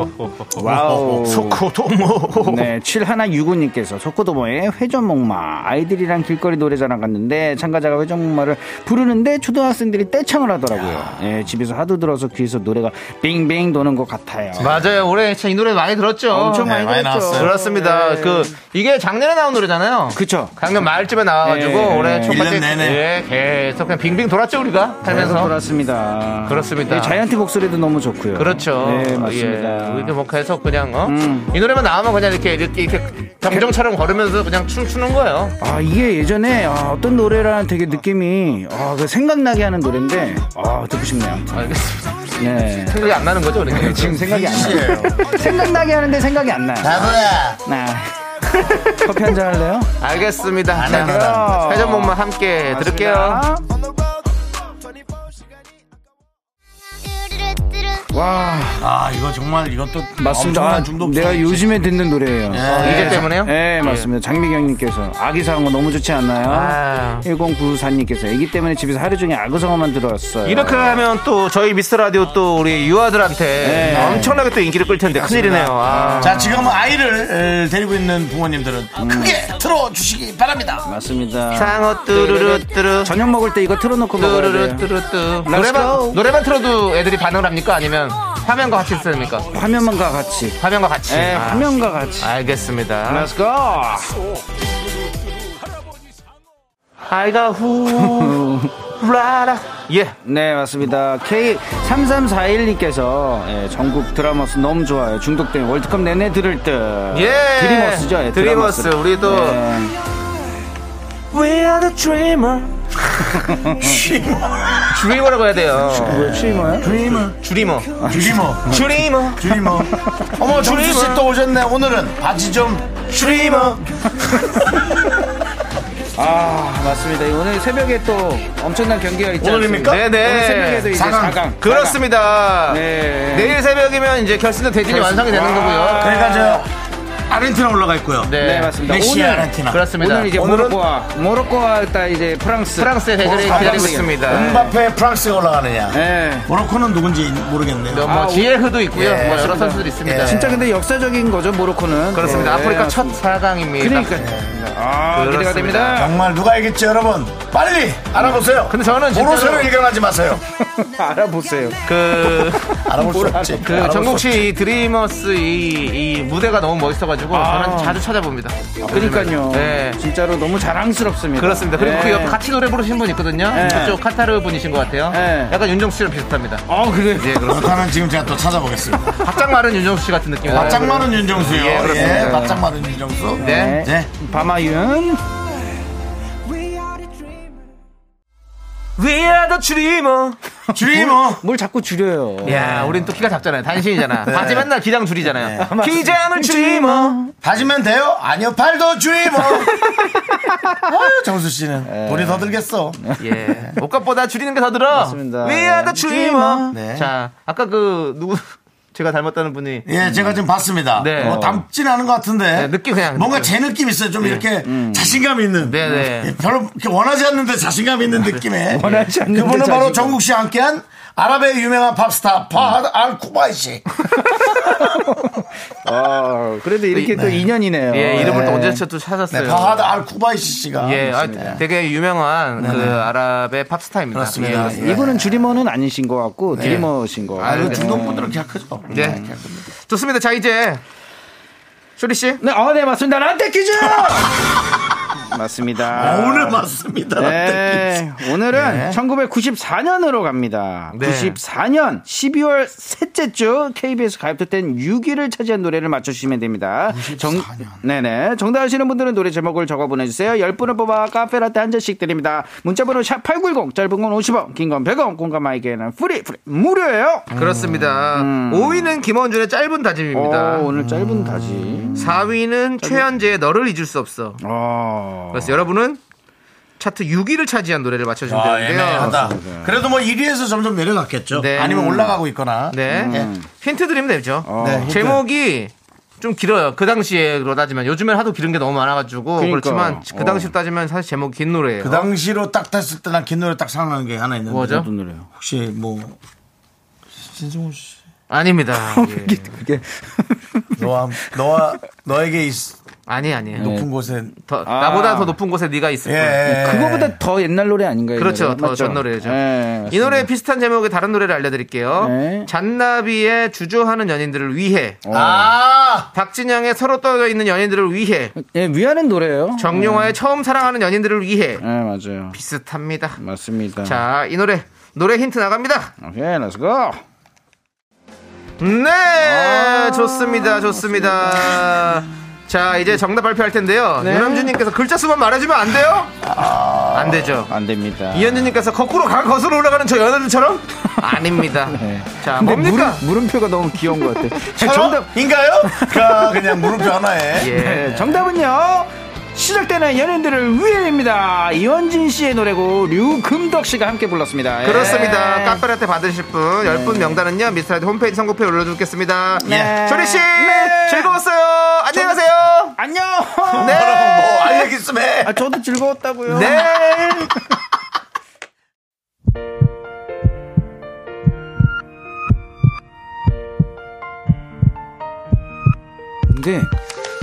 어,
와우.
소코도모.
네, 7169님께서 소코도모의 회전목마 아이들이랑 길거리 노래자랑 갔는데 참가자가 회전목마를 부르는데 초등학생들이 떼창을 하더라고요. 예, 집에서 하도 들어서 귀에서 노래가 빙빙 도는 것 같아요.
맞아요. 올해 진짜 이 노래 많이 들었죠.
엄청 많이
많이
들었죠.
나왔어요.
그렇습니다.
네.
그 이게 작년에 나온 노래잖아요.
그쵸.
작년 말쯤에 나와가지고
예, 예.
올해 초까지
일년 내내.
예, 계속 그냥 빙빙 돌았죠 우리가
그래서
살면서.
돌았습니다.
그렇습니다.
예, 자이언트 목소리도 너무 좋고요.
그렇죠.
네, 맞습니다. 음.
예, 이렇게 뭐 계속 그냥 어? 이 노래만 나오면 그냥 이렇게 이렇게 이렇게 경정처럼 걸으면서 그냥 춤추는 거예요.
아 이게 예전에 아, 어떤 노래랑 되게 느낌이 아, 그 생각나게 하는 노래인데 아 듣고 싶네요.
알겠습니다.
네.
생각이 안 나는 거죠, 그러니까.
지금 생각이 안 나요. [laughs] 생각나게 하는데 생각이 안 나요.
바보야.
네. [laughs] 커피 한 잔 할래요?
알겠습니다.
안 해, 안 해.
자, 회전목마 함께
아,
들을게요.
와,
아, 이거 정말 이것도
맞습니다. 아,
엄청난 중독.
내가 요즘에 듣는 노래예요.
네.
예.
이제 때문에요?
아, 네, 맞습니다. 장미경님께서 아기 사온 거 너무 좋지 않나요?
아.
1094님께서 아기 때문에 집에서 하루 종일 아구성어만 들었어요.
이렇게 하면 또 저희 미스 라디오 또 우리 유아들한테
네.
엄청나게 또 인기를 끌 텐데 큰일이네요. 아.
자, 지금 아이를 에, 데리고 있는 부모님들은 크게 틀어 주시기 바랍니다.
맞습니다.
상어 뚜루루 뚜루
저녁 먹을 때 이거 틀어놓고 먹어야
뚜루루
돼요.
뚜루 뚜
go.
노래만 노래만 틀어도 애들이 반응을 합니까? 아니면 화면과 같이 씁니까?
화면만과 같이.
화면과 같이.
네,
아,
화면과 같이.
알겠습니다.
Let's go.
아이가 [laughs] 후 라라 예.
네 맞습니다 K3341님께서 예, 전국 드라마스 너무 좋아요 중독된 월드컵 내내 들을 듯
예.
드리머스죠 예,
드리머스. 우리도
예.
We are the dreamer. 드리머라고 해야 돼요.
왜 취임어요?
드리머.
드리머.
드리머.
드리머.
드리머. 어머, 정수
드리머.
씨또 오셨네. 오늘은 바지 좀 드리머.
아 맞습니다 오늘 새벽에 또 엄청난 경기가 있지
오늘입니까?
않습니까?
네네.
오늘 새벽에도 이제
사강.
4강
그렇습니다.
네.
내일 새벽이면 이제 결승전 대진이 완성이 되는 거고요.
그러니까 저 아르헨티나 올라가 있고요.
아, 네.
네 맞습니다
메시
오늘
아르헨티나.
그렇습니다.
오늘 이제
오늘은-
모로코와 모로코와 따 이제 프랑스
프랑스의 대결이
어,
기다리고
프랑스.
뭐 있습니다.
음바페 프랑스가 올라가느냐.
예.
모로코는 누군지 네. 모르겠네요.
뭐,
아,
뭐 지에흐도 있고요.
예,
뭐 여러
맞습니다.
선수들이 있습니다.
예.
진짜 근데 역사적인 거죠 모로코는
그렇습니다.
예,
아프리카 첫 4강입니다.
그러니까 아 기대가
그렇습니다.
됩니다
정말 누가 알겠지 여러분 빨리 알아보세요
근데 저는 진짜로-
보로소를 일관하지 마세요
알아보세요
그,
알아볼 수 없지
그 정국 씨이 드리머스 이, 이 무대가 너무 멋있어가지고 저는 자주 찾아봅니다.
그러니까요.
네.
진짜로 너무 자랑스럽습니다.
그렇습니다. 그리고
예.
그 옆에 같이 노래 부르신 분 있거든요.
예.
그쪽 카타르 분이신 것 같아요.
예.
약간 윤정수 씨랑 비슷합니다.
아, 그래요?
예, 그렇습니다.
그렇다면 지금 제가 또 찾아보겠습니다
바짝 마른 윤정수 씨 같은 느낌이
바짝 마른 윤정수요
네, 예, 그렇습니다.
예, 바짝 마른 윤정수
네.
네.
바마윤.
We are the dreamer.
드리머
뭘 자꾸 줄여요.
야, 우린 또 키가 작잖아요. 단신이잖아. 바지 맨날 기장 줄이잖아요. 기장을
드리머.
줄이머.
다지면 돼요? 아니요 팔도
[laughs]
드리머 아유 정수 씨는
네.
돈이 더 들겠어
예. 옷값보다 줄이는 게 더 들어.
맞습니다.
We are the dreamer.
네.
자, 아까 네. 그 누구 [laughs] 제가 닮았다는 분이
예, 제가 지금 봤습니다.
네.
뭐 닮진 않은 것 같은데.
네, 느낌 그냥
뭔가
느낌. 음.
제 느낌 있어요. 좀 이렇게 자신감 있는.
네, 아, 네.
예, 별로 이렇게 원하지 않는데 자신감 있는 느낌의.
원하지 않는데
그분은 바로
자신감.
정국 씨와 함께한 아랍의 유명한 팝스타 파하드 알 쿠바이 씨.
어, 그래도 이렇게 또 인연이네요.
예 이름을 또
네.
언제 쳐도 찾았어요.
네, 파하드 알 쿠바이 씨가. 네,
예, 아, 되게 유명한 그 아랍의 팝스타입니다.
그렇습니다.
예, 그렇습니다.
예.
이분은 주리머는 아니신 것 같고 드리머신 것
아,
같아요.
그 중동분들은 그냥 크죠.
네. 좋습니다. 자 이제 쇼리 씨.
네, 어, 네 맞습니다. 라떼 퀴즈. [laughs] 맞습니다.
아, 오늘 맞습니다.
네, 오늘은 1994년으로 갑니다.
네.
94년 12월 셋째 주 KBS 가입됐던 6위를 차지한 노래를 맞춰주시면 됩니다. 94년. 네네. 정답 아시는 분들은 노래 제목을 적어 보내주세요. 10분을 뽑아 카페라떼 한 잔씩 드립니다. 문자번호 샵8910, 짧은 건 50원, 긴 건 100원, 공감 마이게는 프리, 프리, 무료예요.
그렇습니다. 5위는 김원준의 짧은 다짐입니다.
어,
음.
오, 오늘 짧은 다지.
4위는 최현재의 너를 잊을 수 없어.
어.
그래서 여러분은 차트 6위를 차지한 노래를 네. 맞춰주면
아,
되는데요.
애매하다. 그래도 뭐 1위에서 점점 내려갔겠죠.
네.
아니면 올라가고 있거나. 예.
네.
음.
힌트 드리면 되죠.
어.
네, 힌트.
제목이 좀 길어요. 그 당시에로 따지면 요즘엔 하도 길은 게 너무 많아가지고
그러니까요. 어.
그렇지만그 당시로 따지면 사실 제목 긴 노래예요.
그 당시로 딱 탔을 때 난 긴 노래 딱 생각나는 게 하나 있는데.
뭐죠?
노래요.
혹시 뭐 신승훈 씨
[laughs]
아닙니다. 예.
그게
너와 너와 너에게 있-
아니 아니에요.
높은 곳에
더-
아.
나보다 더 높은 곳에 네. 네가 있을
예,
거야.
예, 예.
그거보다 더 옛날 노래 아닌가요?
그렇죠.
맞죠?
더 전 노래죠.
예,
이 노래 비슷한 제목의 다른 노래를 알려드릴게요.
네. 어.
잔나비의 주저하는 연인들을 위해,
아
박진영의 서로 떨어져 있는 연인들을 위해,
예, 위하는 노래예요.
정용화의 처음 사랑하는 연인들을 위해
예, 맞아요.
비슷합니다.
음. 맞습니다.
자, 이 노래 노래 힌트 나갑니다.
오케이, 렛츠 고.
네, 좋습니다, 좋습니다. 네. 자, 이제 정답 발표할 텐데요. 유남준님께서 글자 수만 말해주면 안 돼요? 안 되죠.
안 됩니다.
이현주님께서 거꾸로 강 거슬러 올라가는 저 연애들처럼? [laughs] 네. 아닙니다. 자,
근데
뭡니까?
물음, 물음표가 너무 귀여운 것
[laughs]
같아. 정답.
정답인가요? 그러니까 그냥 물음표 하나에
[laughs] 예.
네, 정답은요. 시작되는 연예인들을 위해입니다. 이원진 씨의 노래고 류금덕 씨가 함께 불렀습니다. 예.
네. 그렇습니다. 카페라떼 받으실 분, 열 분 명단은요, 미스터라디 홈페이지 선곡표에 올려두겠습니다.
네.
조리씨!
네.
즐거웠어요! 안녕히 가세요!
안녕.
뭐라고 뭐
네!
알려겠으면 해.
아, 저도 즐거웠다고요.
네!
네.
네.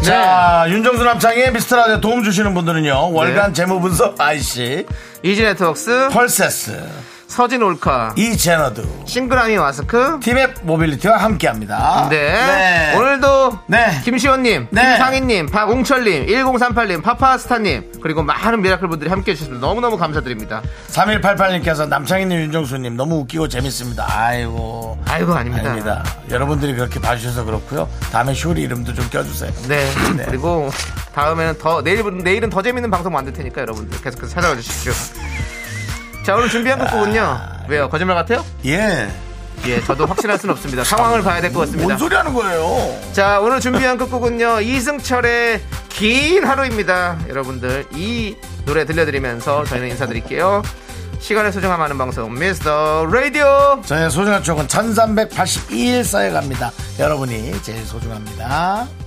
자 윤정수 남창의 미스터라디오 도움 주시는 분들은요 월간 재무분석 IC
이지네트웍스,
펄세스
서진 올카,
이제너드
싱그라미 마스크.
티맵 모빌리티와 함께합니다.
네.
네.
오늘도
네.
김시원님,
네.
김상희님, 박웅철님, 1038님, 파파스타님, 그리고 많은 미라클 분들이 함께 해주셔서 너무너무 감사드립니다.
3188님께서 남창희님 윤정수님 너무 웃기고 재밌습니다. 아이고
아이고, 아닙니다.
아닙니다. 여러분들이 그렇게 봐주셔서 그렇고요. 다음에 쇼리 이름도 좀 껴주세요.
네.
네.
그리고 다음에는 더 내일 내일은 더 재밌는 방송 만들 테니까 여러분들 계속해서 찾아와 주십시오. 자 오늘 준비한 곡은요. 왜요? 거짓말 같아요?
예.
예, 저도 확신할 수는 없습니다. 상황을 봐야 될 것 같습니다.
뭔 소리 하는 거예요?
자 오늘 준비한 곡은요 이승철의 긴 하루입니다. 여러분들 이 노래 들려드리면서 저희는 인사드릴게요. 시간을 소중함 하는 방송 미스터 라디오.
저의 소중한 추억은 1382일 쌓여갑니다. 여러분이 제일 소중합니다.